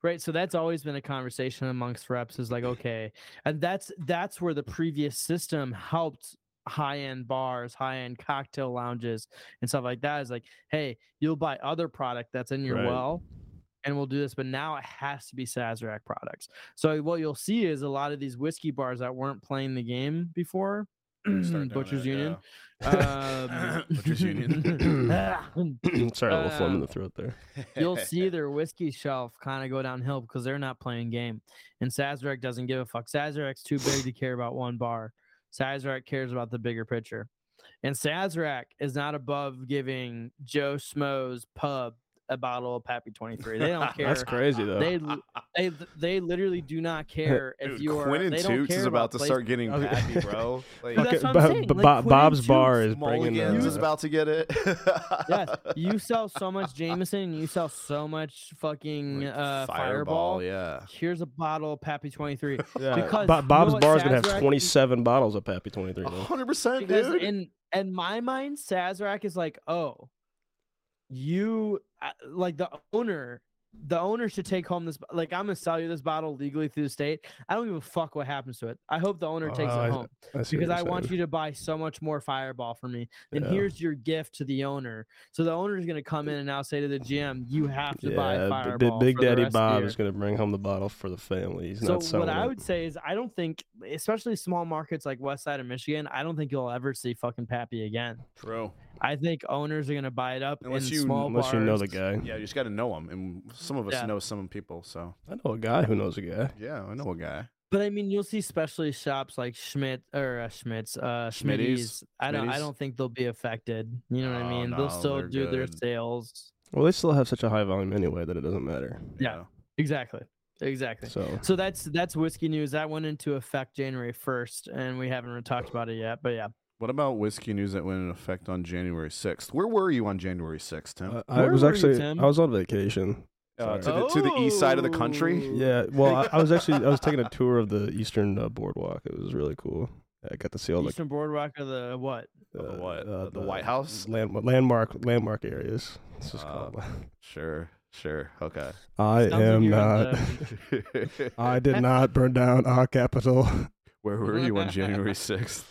Speaker 2: Right. So that's always been a conversation amongst reps is like, okay. And that's that's where the previous system helped high end bars, high end cocktail lounges and stuff like that. Is like, hey, you'll buy other product that's in your
Speaker 3: Right.
Speaker 2: well and we'll do this. But now it has to be Sazerac products. So what you'll see is a lot of these whiskey bars that weren't playing the game before.
Speaker 1: Start doing
Speaker 2: Butchers
Speaker 1: that,
Speaker 2: Union. Um, Ah,
Speaker 1: Butchers Union.
Speaker 3: Sorry, a little phlegm in
Speaker 2: Uh,
Speaker 3: the throat there.
Speaker 1: yeah.
Speaker 2: you'll see their whiskey shelf kind of go downhill because they're not playing game. And Sazerac doesn't give a fuck. Sazerac's too big to care about one bar. Sazerac cares about the bigger picture. And Sazerac is not above giving Joe Smo's pub a bottle of Pappy 23. They don't care.
Speaker 3: That's crazy though.
Speaker 2: They l- they l- they literally do not care if
Speaker 1: Dude,
Speaker 2: you are.
Speaker 1: Quinn and
Speaker 2: they don't
Speaker 1: Toots
Speaker 2: care
Speaker 1: is about to
Speaker 2: place-
Speaker 1: start getting
Speaker 3: Okay.
Speaker 1: pappy, bro. Like,
Speaker 2: Dude, that's
Speaker 3: Okay,
Speaker 2: what I'm
Speaker 3: Bob-
Speaker 2: saying,
Speaker 3: Bob-
Speaker 2: like, Quinn
Speaker 3: Bob's
Speaker 2: and
Speaker 3: bar
Speaker 2: Toots
Speaker 3: is bringing the,
Speaker 1: Mulligans is about to get it.
Speaker 2: uh, Yes, you sell so much Jameson and you sell so much fucking
Speaker 1: Like,
Speaker 2: uh,
Speaker 1: fireball,
Speaker 2: fireball.
Speaker 1: yeah.
Speaker 2: Here's a bottle of Pappy 23.
Speaker 3: Yeah,
Speaker 2: because
Speaker 3: Bo-
Speaker 2: you know
Speaker 3: Bob's
Speaker 2: what
Speaker 3: bar is gonna have
Speaker 2: Sazerac-
Speaker 3: twenty seven bottles of Pappy twenty three.
Speaker 1: A hundred percent,
Speaker 2: because
Speaker 1: dude.
Speaker 2: in in my mind sazerac is like oh you I- like the owner the owner should take home this bo- like i'm gonna sell you this bottle legally through the state i don't give a fuck what happens to it i hope the owner takes
Speaker 3: Oh, I-
Speaker 2: it home because i want you to buy so much more fireball for me and
Speaker 3: Yeah.
Speaker 2: here's your gift to the owner so the owner is gonna come in and now say to the gm you have to buy
Speaker 3: Yeah,
Speaker 2: fireball
Speaker 3: b- Big
Speaker 2: for the
Speaker 3: Daddy
Speaker 2: rest of the
Speaker 3: Bob
Speaker 2: year."
Speaker 3: is going to bring home the bottle for the family. He's not
Speaker 2: so
Speaker 3: selling
Speaker 2: what I
Speaker 3: it.
Speaker 2: would say is I don't think, especially small markets like West Side of Michigan, I don't think you'll ever see fucking Pappy again.
Speaker 1: True.
Speaker 2: I think owners are gonna buy it up
Speaker 1: Unless
Speaker 2: in
Speaker 1: you-
Speaker 2: small
Speaker 3: Unless you know the
Speaker 2: bars.
Speaker 3: guy.
Speaker 1: Yeah, you just got to know them, and some of us
Speaker 2: Yeah.
Speaker 1: know some people. So
Speaker 3: I know a guy who knows a guy.
Speaker 1: yeah, I know a guy.
Speaker 2: But I mean, you'll see specialty shops like Schmidt or uh, Schmidt's, uh,
Speaker 1: Schmitty's?
Speaker 2: Schmitty's. I don't,
Speaker 1: Schmitty's?
Speaker 2: I don't think they'll be affected. You know what
Speaker 1: No,
Speaker 2: I
Speaker 3: Oh,
Speaker 2: mean? They'll
Speaker 1: no,
Speaker 2: still
Speaker 1: they're
Speaker 2: do their
Speaker 1: good.
Speaker 2: sales.
Speaker 3: Well, they still have such a high volume anyway that it doesn't matter.
Speaker 2: Yeah. Exactly, exactly. So,
Speaker 3: So
Speaker 2: that's that's whiskey news. That went into effect January first, and we haven't really talked about it yet. But yeah,
Speaker 1: What about whiskey news that went in effect on January sixth? Where were you on January sixth, Tim?
Speaker 3: I, I
Speaker 2: Where
Speaker 3: was
Speaker 2: were you,
Speaker 3: actually
Speaker 2: Tim?
Speaker 3: I was on vacation.
Speaker 1: Uh, to,
Speaker 3: sorry.
Speaker 1: the, to the east side of the country.
Speaker 2: Oh.
Speaker 3: Yeah. Well, I, I was actually I was taking a tour of the Eastern uh, Boardwalk. It was really cool. I got to see all the uh,
Speaker 2: Eastern Boardwalk or the what?
Speaker 1: Of the what? The- the White House?
Speaker 3: land, landmark landmark areas. It's just
Speaker 1: Uh,
Speaker 3: called.
Speaker 1: Sure, sure, okay.
Speaker 3: I
Speaker 2: Sounds like
Speaker 3: am
Speaker 2: you're on
Speaker 3: not. I did not burn down our capital.
Speaker 1: Where were you on January sixth?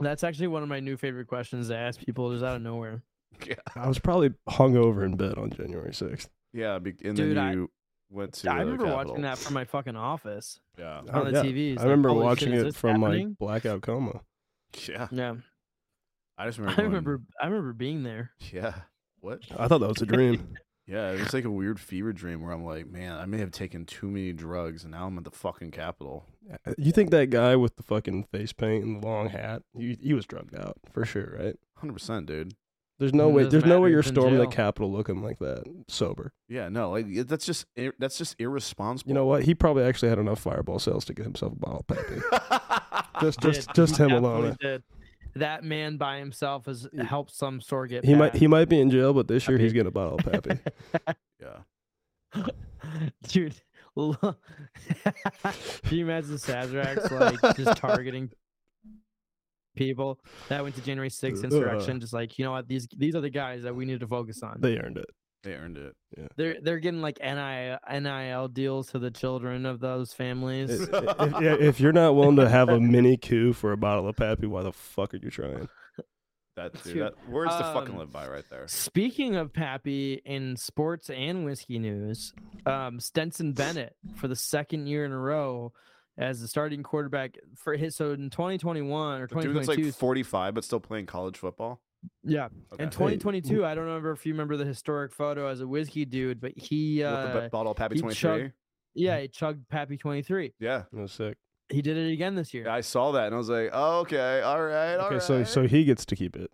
Speaker 2: That's actually one of my new favorite questions to ask people just out of nowhere.
Speaker 3: I was probably hungover in bed on January sixth.
Speaker 1: Yeah, be- and
Speaker 2: Dude, I-
Speaker 1: then you went to.
Speaker 2: I
Speaker 1: the
Speaker 2: remember watching
Speaker 1: Capitol.
Speaker 2: that from my fucking office
Speaker 1: Yeah,
Speaker 3: Oh,
Speaker 2: on the
Speaker 3: yeah.
Speaker 2: TV. It's
Speaker 3: I
Speaker 2: like,
Speaker 3: remember
Speaker 2: holy shit,
Speaker 3: watching
Speaker 2: is
Speaker 3: it
Speaker 2: this
Speaker 3: from my
Speaker 2: happening?
Speaker 3: blackout coma.
Speaker 1: yeah.
Speaker 2: Yeah,
Speaker 1: I just remember.
Speaker 2: I
Speaker 1: going,
Speaker 2: remember. I remember being there.
Speaker 1: Yeah. What?
Speaker 3: I thought that was a dream.
Speaker 1: Yeah, it was like a weird fever dream where I'm like, man, I may have taken too many drugs, and now I'm at the fucking Capitol.
Speaker 3: you think that guy with the fucking face paint and the long hat? He, he was drugged out for sure, right?
Speaker 1: Hundred percent, dude.
Speaker 3: There's no
Speaker 2: It
Speaker 3: way.
Speaker 2: doesn't
Speaker 3: There's no
Speaker 2: matter,
Speaker 3: way you're
Speaker 2: he's in
Speaker 3: storming the
Speaker 2: jail.
Speaker 3: Capitol looking like that sober.
Speaker 1: Yeah, no, like it- that's just ir- that's just irresponsible.
Speaker 3: You know what? He probably actually had enough fireball sales to get himself a bottle of Pepe. just,
Speaker 2: Did.
Speaker 3: just, just him
Speaker 2: Definitely
Speaker 3: alone.
Speaker 2: did. That man by himself has
Speaker 3: He-
Speaker 2: helped some store get.
Speaker 3: He might,
Speaker 2: past.
Speaker 3: he might be in jail, but this year he's
Speaker 2: Pepe.
Speaker 3: getting a bottle of Pepe.
Speaker 1: yeah,
Speaker 2: dude. lo- Can you imagine Sazerax like just targeting people that went to January 6th
Speaker 3: Ugh.
Speaker 2: insurrection? Just like you know what these these are the guys that we need to focus on.
Speaker 3: they earned it.
Speaker 1: they earned it.
Speaker 2: They're they're getting like nil nil deals to the children of those
Speaker 3: I-
Speaker 2: families.
Speaker 3: i- if, yeah, if you're not willing to have a mini coup for a bottle of Pappy, why the fuck are you trying?
Speaker 1: That dude,
Speaker 2: Dude,
Speaker 1: that, words to fucking
Speaker 2: um,
Speaker 1: live by right there.
Speaker 2: Speaking of Pappy in sports and whiskey news, um, Stenson Bennett for the second year in a row as the starting quarterback for his so in 2021 or
Speaker 1: The dude that's like
Speaker 2: 2022.
Speaker 1: 45 but still playing college football.
Speaker 2: yeah,
Speaker 1: Okay.
Speaker 2: in 2022, I don't remember if you remember the historic photo as a whiskey dude, but he
Speaker 1: With the
Speaker 2: uh,
Speaker 1: b- bottle of Pappy
Speaker 2: he
Speaker 1: 23.
Speaker 2: chugged- yeah, he chugged Pappy 23.
Speaker 1: yeah.
Speaker 3: That was sick.
Speaker 2: He did it again this year.
Speaker 1: I saw that and I was like, oh, okay, all right, all
Speaker 3: Okay,
Speaker 1: right.
Speaker 3: so so he gets to keep it.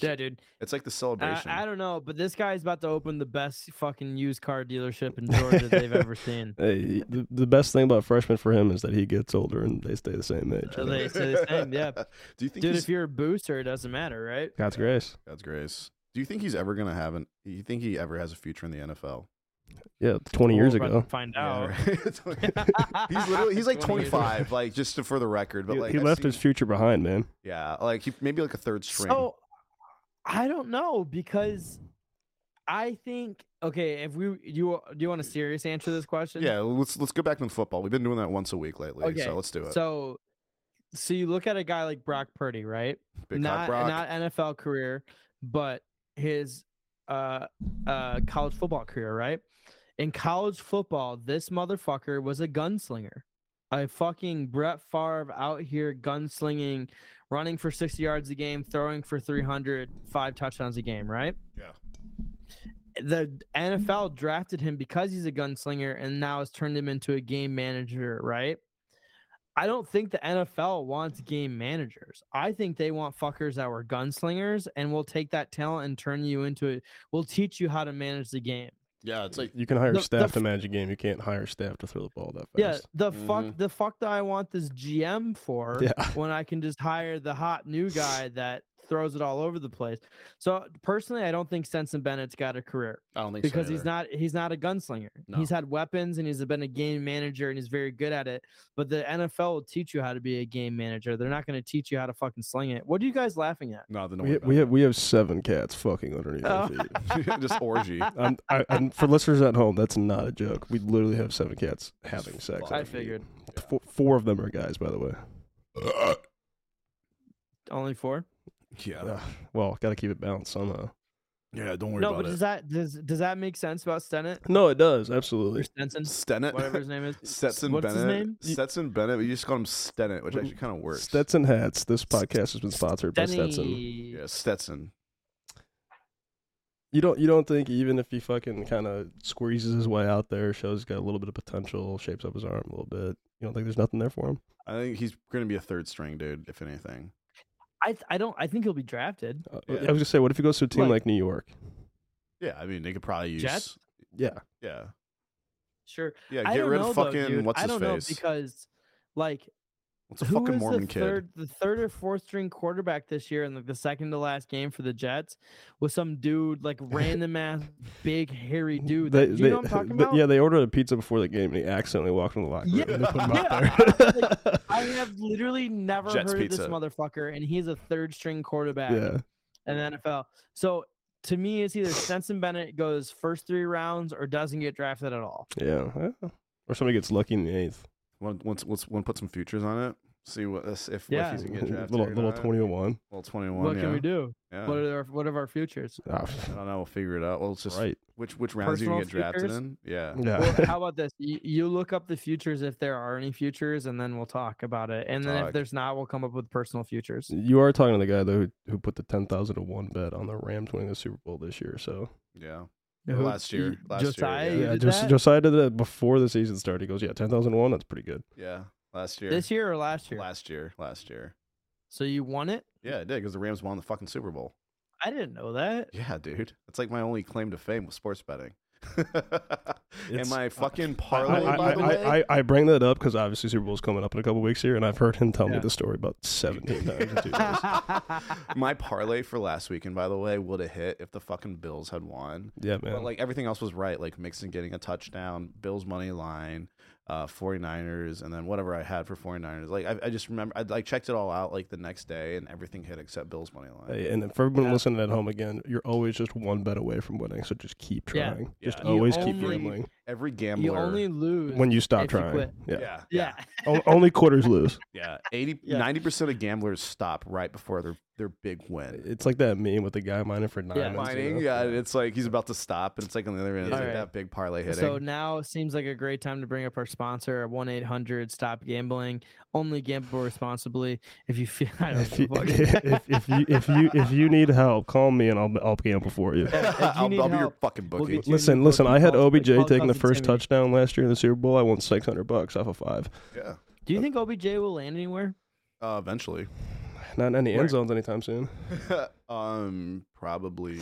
Speaker 2: Yeah, dude.
Speaker 1: it's like the
Speaker 2: I,
Speaker 1: celebration.
Speaker 2: I don't know, but this guy's about to open the best fucking used car dealership in Georgia they've ever seen.
Speaker 3: Hey, the, the best thing about freshmen for him is that he gets older and they stay the same age.
Speaker 2: Uh, they say the same, yeah.
Speaker 1: Do you think
Speaker 2: Dude,
Speaker 1: he's,
Speaker 2: if you're a booster, it doesn't matter, right?
Speaker 3: God's grace.
Speaker 1: God's grace? Do you think he's ever gonna have an? You think he ever has a future in the NFL?
Speaker 3: Yeah, 20 years
Speaker 2: We're about to
Speaker 3: ago.
Speaker 2: Find
Speaker 1: Yeah,
Speaker 2: out.
Speaker 1: right? It's like- he's literally he's like
Speaker 2: 20 years ago.
Speaker 1: 25, like just to, for the record. But
Speaker 3: He,
Speaker 1: like
Speaker 3: he
Speaker 1: I
Speaker 3: left
Speaker 1: see-
Speaker 3: his future behind, man.
Speaker 1: yeah, like he, maybe like a third string.
Speaker 2: So I don't know because I think okay. If we you do you want a serious answer to this question?
Speaker 1: yeah, let's let's go back to football. We've been doing that once a week lately,
Speaker 2: Okay,
Speaker 1: so let's do it.
Speaker 2: So so you look at a guy like Brock Purdy, right?
Speaker 1: Big
Speaker 2: not
Speaker 1: cock Brock.
Speaker 2: not NFL career, but his uh uh college football career, right? In college football, this motherfucker was a gunslinger. A fucking Brett Favre out here gunslinging, running for 60 yards a game, throwing for 300, five touchdowns a game, right?
Speaker 1: Yeah.
Speaker 2: The NFL drafted him because he's a gunslinger and now has turned him into a game manager, right? I don't think the NFL wants game managers. I think they want fuckers that were gunslingers and will take that talent and turn you into it. We'll teach you how to manage the game.
Speaker 1: yeah, it's like
Speaker 3: You can hire
Speaker 2: The- the
Speaker 3: staff to
Speaker 2: f-
Speaker 3: manage a game. You can't hire staff to throw the ball that
Speaker 2: Yeah,
Speaker 3: fast.
Speaker 2: the
Speaker 1: Mhm.
Speaker 2: fuck the fuck that I want this GM for
Speaker 3: Yeah.
Speaker 2: when I can just hire the hot new guy that throws it all over the place. So personally, I don't think Stenson Bennett's got a career
Speaker 1: I don't think so
Speaker 2: because he's
Speaker 1: either.
Speaker 2: not he's not a gunslinger.
Speaker 1: No.
Speaker 2: He's had weapons and he's been a game manager and he's very good at it. But the NFL will teach you how to be a game manager. They're not going to teach you how to fucking sling it. What are you guys laughing at?
Speaker 1: No, then don't worry
Speaker 3: We, have, we
Speaker 1: about
Speaker 3: have we have seven cats fucking underneath our
Speaker 2: Oh.
Speaker 3: feet.
Speaker 1: it. just orgy.
Speaker 3: I'm, I, I'm, for listeners at home, that's not a joke. We literally have seven cats having sex.
Speaker 1: I
Speaker 3: on our feet.
Speaker 2: figured.
Speaker 3: Four, four of them are guys, by the way.
Speaker 2: Only four?
Speaker 1: Yeah,
Speaker 3: Ugh. well, got to keep it balanced somehow.
Speaker 1: yeah. Don't worry
Speaker 2: No,
Speaker 1: about
Speaker 2: but
Speaker 1: it.
Speaker 2: does that does does that make sense about Stennett
Speaker 3: No, it does
Speaker 2: or
Speaker 3: absolutely.
Speaker 2: Stenson,
Speaker 1: Stennett,
Speaker 2: whatever his name is?
Speaker 1: Stetson
Speaker 2: What's his
Speaker 1: Bennett.
Speaker 2: name?
Speaker 3: You-
Speaker 1: Stetson Bennett. but You just call him Stennett, which
Speaker 3: Mm,
Speaker 1: actually kind of works.
Speaker 3: Stetson hats. This podcast has been sponsored by Stetson.
Speaker 2: Denny.
Speaker 1: Yeah, Stetson.
Speaker 3: You don't you don't think even if he fucking kind of squeezes his way out there, shows he's got a little bit of potential, shapes up his arm a little bit. You don't think there's nothing there for him?
Speaker 1: I think he's going to be a third string dude, if anything.
Speaker 2: I th- I don't I think he'll be drafted.
Speaker 3: Uh,
Speaker 1: Yeah.
Speaker 3: I was gonna say, what if he goes to a team like,
Speaker 2: Like-
Speaker 3: New York?
Speaker 1: Yeah, I mean, they could probably use.
Speaker 2: Jets?
Speaker 3: Yeah,
Speaker 1: Yeah,
Speaker 2: Sure.
Speaker 1: yeah.
Speaker 2: I
Speaker 1: Get
Speaker 2: don't
Speaker 1: rid
Speaker 2: know
Speaker 1: of
Speaker 2: though,
Speaker 1: fucking
Speaker 2: dude.
Speaker 1: what's
Speaker 2: I
Speaker 1: his
Speaker 2: don't
Speaker 1: face.
Speaker 2: know because like
Speaker 1: It's a
Speaker 2: Who
Speaker 1: fucking
Speaker 2: was
Speaker 1: Mormon
Speaker 2: the
Speaker 1: kid.
Speaker 2: Third, the third or fourth string quarterback this year, and like the second to last game for the Jets was some dude, like random ass big hairy dude.
Speaker 3: They-
Speaker 2: That, you
Speaker 3: they-
Speaker 2: know what I'm talking
Speaker 3: they-
Speaker 2: about?
Speaker 3: yeah, they ordered a pizza before the game, and he accidentally walked in the locker room.
Speaker 2: Yeah,
Speaker 3: and they put him
Speaker 2: yeah.
Speaker 3: out there.
Speaker 2: I have literally never
Speaker 1: Jets
Speaker 2: heard
Speaker 1: pizza.
Speaker 2: of this motherfucker, and he's a third string quarterback
Speaker 3: yeah,
Speaker 2: in the NFL. So to me, it's either Stenson Bennett goes first three rounds or doesn't get drafted at all.
Speaker 3: yeah, yeah. Or somebody gets lucky in the eighth.
Speaker 1: Want- Once, once, want to put some futures on it. See what if if
Speaker 2: Yeah.
Speaker 1: he's gonna get drafted.
Speaker 3: little
Speaker 1: or
Speaker 3: little
Speaker 1: not.
Speaker 3: twenty to one.
Speaker 1: Little twenty one.
Speaker 2: what
Speaker 1: yeah.
Speaker 2: can we do?
Speaker 1: Yeah.
Speaker 2: What are our, what are our futures?
Speaker 3: Ah,
Speaker 1: I don't know. We'll figure it out. Well, it's just
Speaker 3: right.
Speaker 1: which which rounds do you
Speaker 2: Personal
Speaker 1: get drafted
Speaker 2: futures?
Speaker 1: in? Yeah.
Speaker 3: Yeah.
Speaker 2: Well, how about this? You, you look up the futures if there are any futures, and then we'll talk about it. And then
Speaker 1: Talk.
Speaker 2: if there's not, we'll come up with personal futures.
Speaker 3: You are talking to the guy though who, who put the ten thousand to one bet on the Rams winning the Super Bowl this year. So
Speaker 1: Yeah.
Speaker 2: Who-
Speaker 1: last year-
Speaker 2: y-
Speaker 1: last year,
Speaker 2: Josiah,
Speaker 1: yeah.
Speaker 2: you
Speaker 1: Yeah,
Speaker 2: did
Speaker 3: Jos-
Speaker 2: that?
Speaker 3: Josiah did that before the season started. He goes, yeah, ten thousand to one. That's pretty good.
Speaker 1: Yeah. Last year.
Speaker 2: this year or last year?
Speaker 1: Last year. Last year.
Speaker 2: So you won it?
Speaker 1: Yeah, it did because the Rams won the fucking Super Bowl.
Speaker 2: I didn't know that.
Speaker 1: Yeah, dude. That's like my only claim to fame was sports betting. and
Speaker 3: It's-
Speaker 1: my fucking
Speaker 3: I,
Speaker 1: parlay,
Speaker 3: I,
Speaker 1: by the
Speaker 3: I-
Speaker 1: way.
Speaker 3: I, I, I bring that up because obviously Super Bowl's coming up in a couple weeks here, and I've heard him tell me
Speaker 2: Yeah.
Speaker 3: the story about seventeen times. in two days.
Speaker 1: my parlay for last weekend, by the way, would have hit if the fucking Bills had won.
Speaker 3: Yeah, man.
Speaker 1: But like everything else was right, like Mixon getting a touchdown, Bills money line, uh 49ers, and then whatever I had for 49ers. Like I, I just remember I like checked it all out like the next day and everything hit except Bills money line.
Speaker 3: Hey, and for everyone
Speaker 2: Yeah.
Speaker 3: listening at home again, you're always just one bet away from winning. So just keep
Speaker 2: Yeah.
Speaker 3: trying.
Speaker 1: Yeah.
Speaker 3: Just
Speaker 1: You
Speaker 3: always keep
Speaker 2: only-
Speaker 3: gambling
Speaker 1: Every
Speaker 2: you
Speaker 1: gambler
Speaker 2: only lose
Speaker 3: when you stop
Speaker 2: if you
Speaker 3: trying.
Speaker 2: quit.
Speaker 3: yeah.
Speaker 1: yeah.
Speaker 2: Yeah.
Speaker 3: O- only quarters lose.
Speaker 1: Yeah, 80
Speaker 2: Yeah.
Speaker 1: 90% of gamblers stop right before their their big win.
Speaker 3: It's like that meme with the guy mining for nine.
Speaker 2: Yeah.
Speaker 3: and
Speaker 1: Mining,
Speaker 3: zero.
Speaker 1: yeah, and it's like he's about to stop, and it's like on the other end, it's like
Speaker 2: Alright.
Speaker 1: that big parlay hitting.
Speaker 2: So now seems like a great time to bring up our sponsor, one eight hundred Stop Gambling. Only gamble responsibly. If you feel, I don't
Speaker 3: If you,
Speaker 2: give a fuck.
Speaker 3: if, if you if you if you need help, call me and I'll I'll gamble for you.
Speaker 2: if you
Speaker 1: I'll,
Speaker 2: need
Speaker 1: I'll be your
Speaker 2: help,
Speaker 1: fucking
Speaker 2: we'll
Speaker 1: bookie.
Speaker 2: get you-
Speaker 3: Listen,
Speaker 2: need
Speaker 3: listen.
Speaker 2: bookie
Speaker 3: I had
Speaker 2: calls,
Speaker 3: OBJ
Speaker 2: call
Speaker 3: taking
Speaker 2: Cousin
Speaker 3: the first
Speaker 2: Timmy.
Speaker 3: touchdown last year in the Super Bowl. I won six hundred bucks off of five.
Speaker 1: yeah,
Speaker 2: Do you think OBJ will land anywhere?
Speaker 1: uh, eventually.
Speaker 3: Not in any
Speaker 2: Where?
Speaker 3: end zones anytime soon.
Speaker 1: um, probably.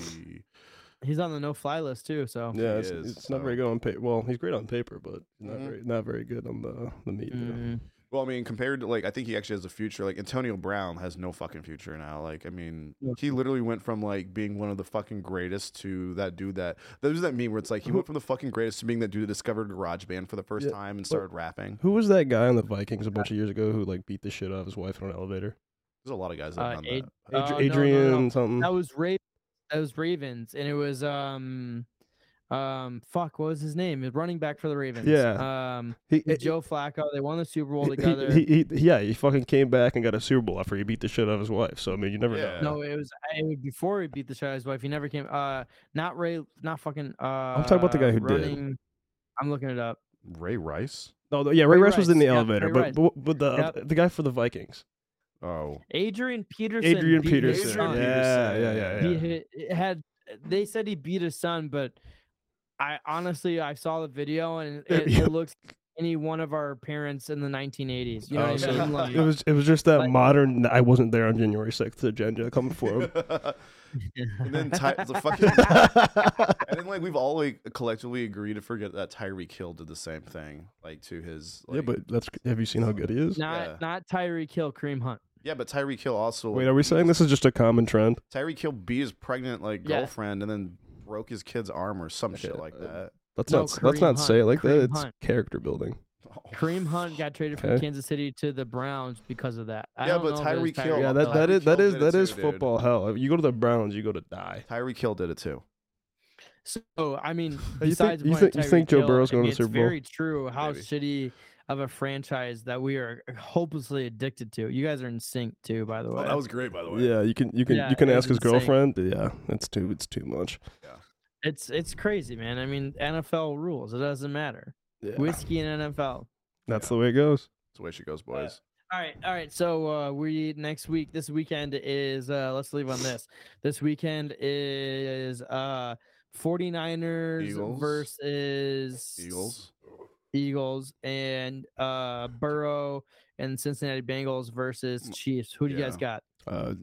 Speaker 2: He's on the no fly list too. Oh, So Mm-hmm.
Speaker 3: Yeah,
Speaker 1: He
Speaker 3: it's,
Speaker 1: is,
Speaker 3: it's not very good on paper. Well, he's great on paper, but not
Speaker 1: Mhm.
Speaker 3: very not very good on the the media.
Speaker 2: Mm.
Speaker 1: Well, I mean, compared to like, I think he actually has a future. Like Antonio Brown has no fucking future now. Like, I mean,
Speaker 2: Yeah.
Speaker 1: he literally went from like being one of the fucking greatest to that dude that there's that meme where it's like he
Speaker 3: Who-
Speaker 1: went from the fucking greatest to being that dude that discovered GarageBand for the first
Speaker 3: Yeah.
Speaker 1: time and started rapping.
Speaker 3: Who was that guy on the Vikings a bunch of years ago who like beat the shit out of his wife in an elevator?
Speaker 1: There's a lot of guys that
Speaker 2: Uh,
Speaker 1: have done
Speaker 2: Ad-
Speaker 1: that.
Speaker 3: Adri-
Speaker 2: Uh, no, no, no.
Speaker 3: Adrian something.
Speaker 2: That was Ra- that was Ravens, and it was um um fuck, what was his name? His running back for the Ravens.
Speaker 3: Yeah.
Speaker 2: Um
Speaker 3: He,
Speaker 2: with Joe Flacco. They won the Super Bowl
Speaker 3: he-
Speaker 2: together.
Speaker 3: He, he, he- yeah, he fucking came back and got a Super Bowl after he beat the shit out of his wife. So I mean, you never
Speaker 1: Yeah.
Speaker 3: know.
Speaker 2: no, it was, it was before he beat the shit out of his wife. He never came. Uh, not Ray. Not fucking. Uh, I'm
Speaker 3: talking about the guy who did.
Speaker 2: I'm looking it up.
Speaker 1: Ray Rice.
Speaker 3: No, th- yeah, Ray,
Speaker 2: Ray
Speaker 3: Rice was in the
Speaker 2: Rice, yeah,
Speaker 3: elevator,
Speaker 2: Ray
Speaker 3: but,
Speaker 2: Rice.
Speaker 3: but but the
Speaker 2: Yep.
Speaker 3: the guy for the Vikings,
Speaker 1: Oh,
Speaker 2: Adrian Peterson.
Speaker 3: Adrian
Speaker 2: beat his
Speaker 3: Peterson.
Speaker 2: son.
Speaker 3: Yeah,
Speaker 1: Peterson.
Speaker 3: yeah, yeah, yeah.
Speaker 2: He hit, it had. They said he beat his son, but I honestly I saw the video and it,
Speaker 3: Yeah.
Speaker 2: it looks like any one of our parents in the 1980s. You know
Speaker 3: Oh,
Speaker 2: what
Speaker 1: so
Speaker 2: I mean?
Speaker 3: it
Speaker 2: Like,
Speaker 3: was it was just that
Speaker 2: Like-
Speaker 3: modern. I wasn't there on January sixth agenda coming for him.
Speaker 1: and then Ty- the fucking and then like we've all like collectively agreed to forget that Tyreek Hill did the same thing like to his like,
Speaker 3: yeah, but that's have you seen how good he is?
Speaker 2: not
Speaker 1: yeah.
Speaker 2: not Tyree Kill Kareem Hunt.
Speaker 1: yeah, but Tyreek Hill also
Speaker 3: Wait, are we saying this is just a common trend?
Speaker 1: Tyreek Hill beat his pregnant like
Speaker 2: Yeah.
Speaker 1: girlfriend and then broke his kid's arm or some shit like that.
Speaker 3: Let's
Speaker 2: No,
Speaker 3: not let's
Speaker 2: Kareem
Speaker 3: not say it
Speaker 2: Hunt.
Speaker 3: like
Speaker 2: Kareem
Speaker 3: that. It's
Speaker 2: Hunt.
Speaker 3: character building.
Speaker 2: Kareem Hunt got traded from
Speaker 3: Okay.
Speaker 2: Kansas City to the Browns because of that. I
Speaker 1: Yeah,
Speaker 2: don't
Speaker 1: but
Speaker 2: know if it was
Speaker 1: Tyreek Hill-
Speaker 3: yeah,
Speaker 1: well,
Speaker 3: that,
Speaker 1: uh,
Speaker 3: that
Speaker 1: he
Speaker 3: is that
Speaker 1: killed
Speaker 3: is
Speaker 1: it
Speaker 3: that
Speaker 1: too,
Speaker 3: is
Speaker 1: dude.
Speaker 3: football hell. If you go to the Browns, you go to die.
Speaker 1: Tyreek Hill did it too.
Speaker 2: So Oh, I mean,
Speaker 3: you
Speaker 2: besides
Speaker 3: think- you
Speaker 2: when
Speaker 3: think- you
Speaker 2: Tyreek
Speaker 3: think Joe
Speaker 2: Hill,
Speaker 3: Burrow's
Speaker 2: I
Speaker 3: going to
Speaker 2: mean,
Speaker 3: the Super
Speaker 2: It's
Speaker 3: Bowl?
Speaker 2: very true how
Speaker 1: Maybe.
Speaker 2: shitty of a franchise that we are hopelessly addicted to. You guys are in sync too, by the
Speaker 1: Oh,
Speaker 2: way.
Speaker 1: great by the
Speaker 3: Yeah, you can you can
Speaker 2: Yeah,
Speaker 3: you can
Speaker 2: it
Speaker 3: ask
Speaker 2: was
Speaker 3: his
Speaker 2: insane.
Speaker 3: girlfriend. Yeah, that's too it's too much.
Speaker 2: It's it's crazy, man. I mean, NFL rules. It doesn't matter.
Speaker 3: Yeah.
Speaker 2: Whiskey and NFL.
Speaker 3: that's the way it goes.
Speaker 1: That's the way she goes, boys.
Speaker 2: All right, all right. So uh, we next week, this weekend is uh, let's leave on this. This weekend is uh 49ers
Speaker 1: Eagles.
Speaker 2: versus
Speaker 1: Eagles.
Speaker 2: Eagles and uh Burrow and Cincinnati Bengals versus Chiefs. Who do you guys
Speaker 1: yeah.
Speaker 2: got?
Speaker 3: Uh,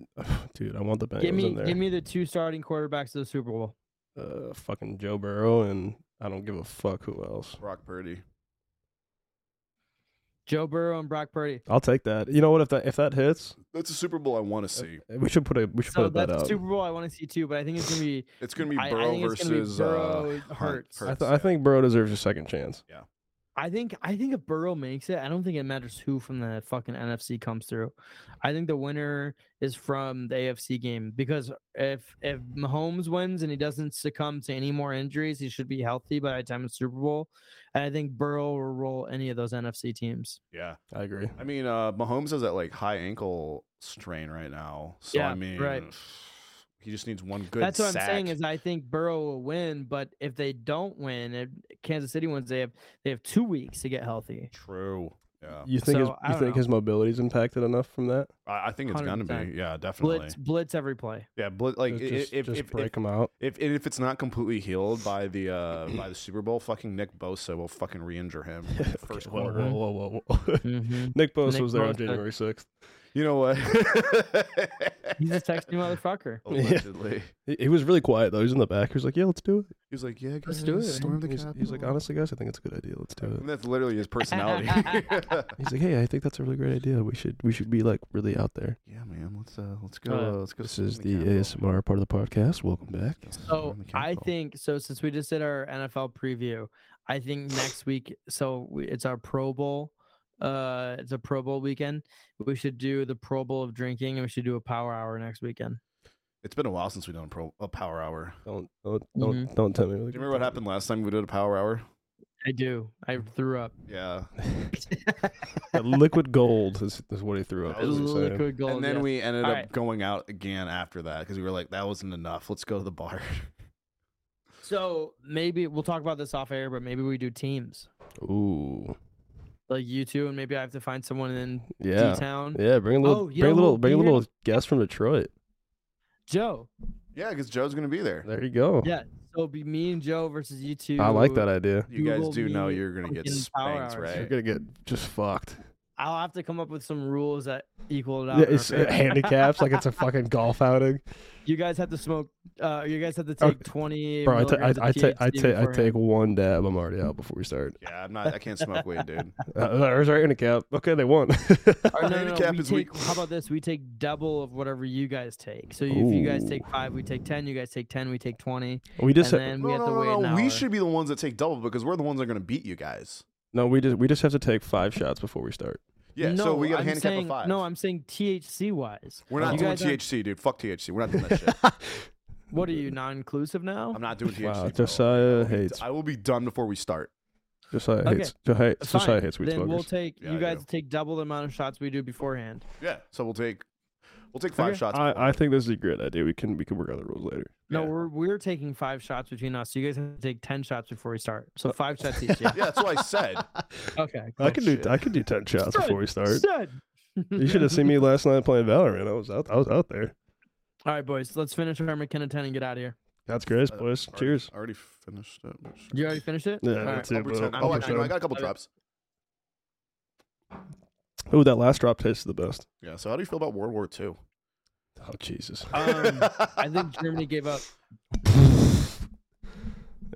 Speaker 3: dude, I want the Bengals
Speaker 2: give me
Speaker 3: in there.
Speaker 2: give me the two starting quarterbacks of the Super Bowl.
Speaker 3: uh, fucking Joe Burrow, and I don't give a fuck who else.
Speaker 1: Brock Purdy.
Speaker 2: Joe Burrow and Brock Purdy.
Speaker 3: I'll take that. You know what? If that if that hits,
Speaker 1: That's a Super Bowl I want to see.
Speaker 3: we should put a we should
Speaker 2: So
Speaker 3: put that
Speaker 2: that's
Speaker 3: out.
Speaker 2: the Super Bowl I want to see too, but I think it's gonna be
Speaker 1: It's gonna be
Speaker 2: I- I
Speaker 1: Burrow
Speaker 2: think it's gonna be
Speaker 1: versus
Speaker 2: Burrow,
Speaker 1: uh,
Speaker 2: Hurts.
Speaker 3: I, th- I think Burrow deserves a second chance.
Speaker 2: I think I think if Burrow makes it, I don't think it matters who from the fucking NFC comes through. I think the winner is from the AFC game because if if Mahomes wins and he doesn't succumb to any more injuries, he should be healthy by the time of Super Bowl. And I think Burrow will roll any of those NFC teams.
Speaker 1: yeah.
Speaker 3: I agree.
Speaker 1: I mean, uh, Mahomes has that like high ankle strain right now. So
Speaker 2: Yeah,
Speaker 1: I mean,
Speaker 2: right.
Speaker 1: he just needs one good.
Speaker 2: That's what
Speaker 1: sack.
Speaker 2: I'm saying is I think Burrow will win, but if they don't win, if Kansas City wins, they have they have two weeks to get healthy.
Speaker 1: true. Yeah,
Speaker 3: You think
Speaker 2: So, I
Speaker 3: his, you
Speaker 2: don't
Speaker 3: think
Speaker 2: know.
Speaker 3: his mobility's impacted enough from that?
Speaker 1: I, I think it's gonna
Speaker 2: 100%.
Speaker 1: be. Yeah, definitely.
Speaker 2: Blitz blitz every play.
Speaker 1: Yeah, bl- like i-
Speaker 3: Just- just,
Speaker 1: if,
Speaker 3: just
Speaker 1: if,
Speaker 3: break
Speaker 1: if,
Speaker 3: him out.
Speaker 1: if and if it's not completely healed by the uh by the Super Bowl, fucking Nick Bosa will fucking re-injure him. in the first
Speaker 3: Okay, whoa,
Speaker 1: quarter.
Speaker 3: whoa, whoa, whoa, whoa.
Speaker 1: Mm-hmm.
Speaker 2: Mhm.
Speaker 3: Nick Bosa
Speaker 2: Nick
Speaker 3: was there on
Speaker 2: Bosa.
Speaker 3: January sixth.
Speaker 1: You know what?
Speaker 2: He's a texting motherfucker.
Speaker 3: Oh,
Speaker 1: Allegedly,
Speaker 3: He, he was really quiet though. He was in the back. He was like, "Yeah, let's do it."
Speaker 1: he was like, "Yeah, guys,
Speaker 2: Let's do it.
Speaker 1: Storm the
Speaker 3: he's,
Speaker 1: Capitol."
Speaker 3: he's like, "Honestly, guys, I think it's a good idea. Let's do it."
Speaker 1: And that's literally his personality.
Speaker 3: He's like, "Hey, I think that's a really great idea. We should we should be like really out there."
Speaker 1: yeah, man. Let's uh, let's go.
Speaker 2: Uh,
Speaker 1: uh, let's go.
Speaker 3: This
Speaker 1: storm
Speaker 3: is the
Speaker 1: Capitol.
Speaker 3: ASMR part of the podcast. Welcome back.
Speaker 1: Let's go
Speaker 2: So
Speaker 1: storm the
Speaker 2: I
Speaker 1: Capitol.
Speaker 2: think so. Since we just did our NFL preview, I think next week. So we, it's our Pro Bowl. Uh, it's a Pro Bowl weekend. We should do the Pro Bowl of drinking, and we should do a Power Hour next weekend.
Speaker 1: it's been a while since we done a, pro- a power hour.
Speaker 3: Don't don't don't,
Speaker 2: Mm-hmm.
Speaker 3: don't tell me.
Speaker 1: Do you remember what happened last time we did a power hour?
Speaker 2: I do. I
Speaker 3: Hmm.
Speaker 2: threw up.
Speaker 1: Yeah,
Speaker 3: That liquid gold is, is what he threw up.
Speaker 1: That was
Speaker 3: is what he's saying.
Speaker 2: Liquid gold.
Speaker 1: and then
Speaker 2: yeah.
Speaker 1: we ended
Speaker 2: All
Speaker 1: up
Speaker 2: right.
Speaker 1: going out again after that because we were like, that wasn't enough. Let's go to the bar.
Speaker 2: So maybe we'll talk about this off air, but maybe we do teams
Speaker 3: Ooh,
Speaker 2: like you two, and maybe I have to find someone in
Speaker 3: yeah,
Speaker 2: D Town.
Speaker 3: yeah. Bring a little,
Speaker 2: Oh, you
Speaker 3: bring
Speaker 2: know
Speaker 3: a little,
Speaker 2: who'll
Speaker 3: bring a
Speaker 2: be here?
Speaker 3: little guest from Detroit.
Speaker 2: Joe.
Speaker 1: yeah, because Joe's gonna be there.
Speaker 3: There you go.
Speaker 2: Yeah. So it'll be me and Joe versus you two.
Speaker 3: I like that idea.
Speaker 1: You guys
Speaker 2: Google
Speaker 1: do know
Speaker 2: me
Speaker 1: you're gonna get
Speaker 2: fucking power
Speaker 1: spanked,
Speaker 2: hours.
Speaker 1: right?
Speaker 3: You're gonna get just fucked.
Speaker 2: I'll have to come up with some rules that equal it out.
Speaker 3: Yeah,
Speaker 2: in our
Speaker 3: it's uh,
Speaker 2: favor.
Speaker 3: handicaps like it's a fucking golf outing.
Speaker 2: You guys have to smoke. Uh, you guys have to
Speaker 3: Oh,
Speaker 2: take twenty.
Speaker 3: Bro, I ta- I
Speaker 2: milligrams of
Speaker 3: I ta- I
Speaker 2: THC
Speaker 3: ta- I
Speaker 2: beforehand.
Speaker 3: take one dab. I'm already out before we start.
Speaker 1: Yeah, I'm not. I can't smoke weed, dude.
Speaker 3: Uh, there's our handicap. Okay, they won.
Speaker 2: Or no, no, no,
Speaker 1: handicap
Speaker 2: we
Speaker 1: is we-
Speaker 2: take- How about this? We take double of whatever you guys take. So if you guys take
Speaker 3: Ooh.
Speaker 2: five, we take ten. You guys take ten, we take twenty,
Speaker 3: we just
Speaker 2: and
Speaker 3: ha-
Speaker 2: then
Speaker 1: no,
Speaker 2: we have
Speaker 1: no,
Speaker 2: to wait
Speaker 1: no,
Speaker 2: an
Speaker 1: no. We
Speaker 2: hour.
Speaker 1: should be the ones that take double because we're the ones that are gonna beat you guys.
Speaker 3: no, we just we just have to take five shots before we start.
Speaker 1: Yeah,
Speaker 2: no,
Speaker 1: so we got a
Speaker 2: I'm
Speaker 1: handicap
Speaker 2: saying,
Speaker 1: of five.
Speaker 2: No, I'm saying THC wise.
Speaker 1: we're not
Speaker 2: you
Speaker 1: doing
Speaker 2: guys aren't-
Speaker 1: THC, dude. Fuck THC. We're not doing that shit.
Speaker 2: What are you non-inclusive now?
Speaker 1: I'm not doing THC.
Speaker 3: Wow,
Speaker 1: bro.
Speaker 3: Josiah
Speaker 1: I will be-
Speaker 3: hates-
Speaker 1: I will be done before we start.
Speaker 3: Josiah
Speaker 2: Okay.
Speaker 3: hates Josiah, Josiah
Speaker 2: Fine,
Speaker 3: hates weed
Speaker 2: then
Speaker 3: smokers.
Speaker 2: we'll take.
Speaker 1: Yeah,
Speaker 2: you
Speaker 1: I
Speaker 2: guys
Speaker 1: do.
Speaker 2: take double the amount of shots we do beforehand.
Speaker 1: Yeah. So we'll take we'll take five
Speaker 2: Okay.
Speaker 1: shots. before-
Speaker 3: I, I think this is a great idea. We can we can work out the rules later.
Speaker 2: No,
Speaker 1: Yeah.
Speaker 2: we're we're taking five shots between us. So you guys have to take ten shots before we start.
Speaker 3: Uh,
Speaker 2: So five shots each. Yeah.
Speaker 1: yeah, that's what I said.
Speaker 2: Okay.
Speaker 3: I can do
Speaker 1: shit.
Speaker 3: I can do ten shots
Speaker 2: Good.
Speaker 3: before we start.
Speaker 2: Good.
Speaker 3: You should have seen me last night playing Valorant. I was out I was out there.
Speaker 2: All right, boys. Let's finish our McKenna ten and get out of here.
Speaker 3: That's great,
Speaker 1: Uh,
Speaker 3: boys.
Speaker 1: Already-
Speaker 3: Cheers.
Speaker 1: Already finished it. but sure.
Speaker 2: You already finished it.
Speaker 3: Yeah,
Speaker 2: All
Speaker 3: me
Speaker 2: right.
Speaker 3: too,
Speaker 1: I'll pretend.
Speaker 3: bro.
Speaker 1: Oh,
Speaker 3: I'll
Speaker 1: actually, no, I
Speaker 3: pretend.
Speaker 1: got a couple
Speaker 2: Okay.
Speaker 1: drops.
Speaker 3: Ooh, that last drop tastes the best.
Speaker 1: Yeah. So how do you feel about World War II?
Speaker 3: Oh Jesus.
Speaker 2: Um, I think Germany gave up.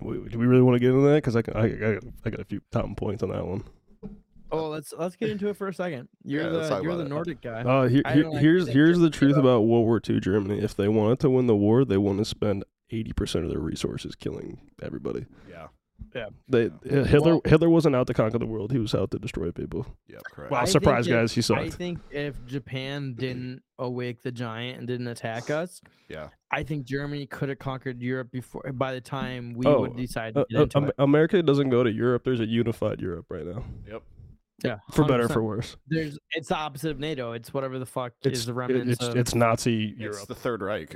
Speaker 3: We- Do we really want to get into that? Because I, can- I, I, I got a few top points on that one.
Speaker 2: Oh, let's let's get into it for a second. You're
Speaker 1: Yeah, let's
Speaker 2: the
Speaker 1: talk
Speaker 2: you're
Speaker 1: about
Speaker 2: the
Speaker 1: it.
Speaker 2: Nordic guy.
Speaker 3: Uh, here,
Speaker 2: I
Speaker 3: here-
Speaker 2: don't like
Speaker 3: here's
Speaker 2: that
Speaker 3: here's the
Speaker 2: Germany
Speaker 3: truth
Speaker 2: gave up.
Speaker 3: about World War II Germany. If they wanted to win the war, they want to spend eighty percent of their resources killing everybody.
Speaker 1: yeah.
Speaker 3: They
Speaker 1: Yeah.
Speaker 3: Hitler
Speaker 2: Well-
Speaker 3: Hitler wasn't out to conquer the world. He was out to destroy people.
Speaker 1: Yeah. Correct.
Speaker 3: Wow,
Speaker 2: I think
Speaker 3: surprise
Speaker 2: if-
Speaker 3: guys, he
Speaker 2: I
Speaker 3: sucked.
Speaker 2: think if Japan didn't awake the giant and didn't attack us,
Speaker 1: Yeah.
Speaker 2: I think Germany could have conquered Europe before. By the time we
Speaker 3: Oh,
Speaker 2: would decide
Speaker 3: Uh,
Speaker 2: to get
Speaker 3: uh,
Speaker 2: into
Speaker 3: Am-
Speaker 2: it,
Speaker 3: America doesn't go to Europe. There's a unified Europe right now,
Speaker 1: Yep.
Speaker 2: yeah,
Speaker 3: for better or
Speaker 2: 100%.
Speaker 3: for worse.
Speaker 2: There's it's the opposite of NATO. It's whatever the fuck
Speaker 3: It's
Speaker 2: is the remnants
Speaker 3: it's,
Speaker 2: of
Speaker 3: it's Nazi
Speaker 1: It's
Speaker 3: Europe.
Speaker 1: the Third Reich.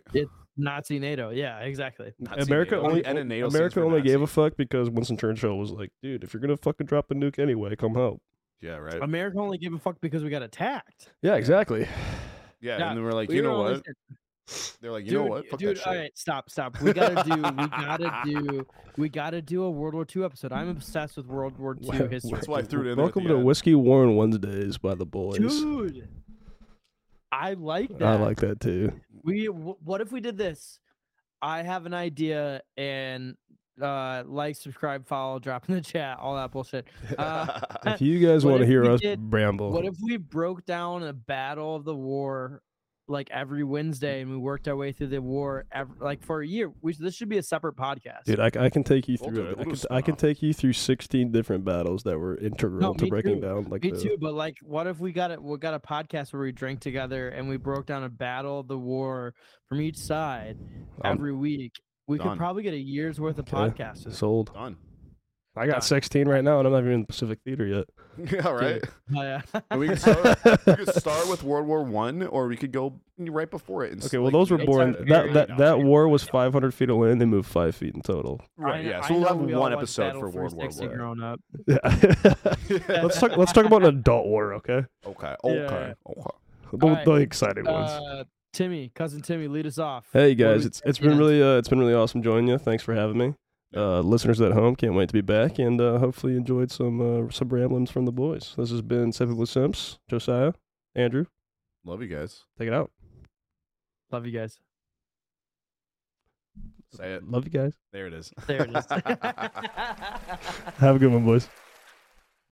Speaker 2: Nazi NATO. Yeah, exactly.
Speaker 1: Nazi
Speaker 3: America
Speaker 1: NATO.
Speaker 3: only
Speaker 1: And a NATO stands
Speaker 3: America
Speaker 1: for
Speaker 3: only
Speaker 1: Nazi.
Speaker 3: gave a fuck because Winston Churchill was like, "Dude, if you're gonna fucking drop a nuke anyway, come help."
Speaker 1: Yeah. Right.
Speaker 2: America only gave a fuck because we got attacked.
Speaker 3: Yeah, exactly.
Speaker 1: yeah,
Speaker 2: yeah,
Speaker 1: And then we're like,
Speaker 2: We
Speaker 1: you
Speaker 2: were
Speaker 1: know
Speaker 2: only
Speaker 1: what?
Speaker 2: sent-
Speaker 1: They're like, you
Speaker 2: dude,
Speaker 1: know what? Fuck
Speaker 2: dude,
Speaker 1: that shit.
Speaker 2: all right, stop, stop. We gotta do, we gotta do, we gotta do a World War II episode. I'm obsessed with World War II
Speaker 3: Well,
Speaker 2: history.
Speaker 1: That's why I threw it in there at
Speaker 3: Welcome
Speaker 1: the
Speaker 3: to
Speaker 1: end.
Speaker 3: Whiskey Warren Wednesdays by the boys.
Speaker 2: Dude, I like that.
Speaker 3: I like that too.
Speaker 2: We. wh- What if we did this? I have an idea, and uh, like, subscribe, follow, drop in the chat, all that bullshit. Uh,
Speaker 3: If you guys
Speaker 2: What
Speaker 3: want to
Speaker 2: if
Speaker 3: hear
Speaker 2: we
Speaker 3: us
Speaker 2: did-
Speaker 3: bramble,
Speaker 2: what if we broke down a battle of the war like every Wednesday and we worked our way through the war ev like for a year? We, this should be a separate podcast.
Speaker 3: dude, I, c- I can take you
Speaker 1: We'll
Speaker 3: through.
Speaker 1: do it. We'll
Speaker 3: it. I,
Speaker 1: do a
Speaker 3: can, I can
Speaker 1: spin-off.
Speaker 3: take you through sixteen different battles that were integral
Speaker 2: No,
Speaker 3: to
Speaker 2: me
Speaker 3: breaking
Speaker 2: too.
Speaker 3: down like
Speaker 2: Me
Speaker 3: the,
Speaker 2: too, but like, what if we got it? We got a podcast where we drink together and we broke down a battle of the war from each side
Speaker 3: I'm
Speaker 2: every week. We could
Speaker 1: Um, done.
Speaker 2: probably get a year's worth of
Speaker 3: Okay.
Speaker 2: podcasts.
Speaker 3: sold.
Speaker 1: Done.
Speaker 3: I
Speaker 2: Done.
Speaker 3: got sixteen right now, and I'm not even in the Pacific Theater yet.
Speaker 1: Yeah, right.
Speaker 2: Oh, yeah.
Speaker 1: And we could start, we could start with World War One, or we could go right before it. And s-
Speaker 3: Okay, well
Speaker 1: like,
Speaker 3: those were
Speaker 1: you know,
Speaker 3: born.
Speaker 2: a
Speaker 3: That
Speaker 2: very
Speaker 3: that,
Speaker 1: nice
Speaker 3: that
Speaker 1: idea.
Speaker 3: war was 500 feet away, and they moved five feet in total.
Speaker 1: right.
Speaker 2: I-
Speaker 1: Yeah.
Speaker 2: I
Speaker 1: So we'll
Speaker 2: know
Speaker 1: have
Speaker 2: we all
Speaker 1: one
Speaker 2: watched
Speaker 1: episode
Speaker 2: Battle
Speaker 1: for World War
Speaker 2: 360
Speaker 1: One.
Speaker 2: Growing up.
Speaker 3: Yeah. let's talk. Let's talk about an adult war, okay?
Speaker 1: Okay.
Speaker 2: Yeah.
Speaker 1: Okay. Okay.
Speaker 3: The,
Speaker 2: All right.
Speaker 3: the exciting ones.
Speaker 2: Uh, Timmy, cousin Timmy, lead us off.
Speaker 3: Hey
Speaker 2: What do
Speaker 3: guys,
Speaker 2: we-
Speaker 3: it's it's been
Speaker 2: Yeah.
Speaker 3: really uh, it's been really awesome joining you. Thanks for having me.
Speaker 1: Yeah.
Speaker 3: Uh, listeners at home, can't wait to be back, and uh, hopefully you enjoyed some uh, some ramblings from the boys. This has been Seven with Simps, Josiah, Andrew.
Speaker 1: Love you guys.
Speaker 3: Take it out.
Speaker 2: love you guys.
Speaker 1: Say it.
Speaker 3: Love you guys.
Speaker 1: There it is.
Speaker 2: There it is.
Speaker 3: Have a good one, boys.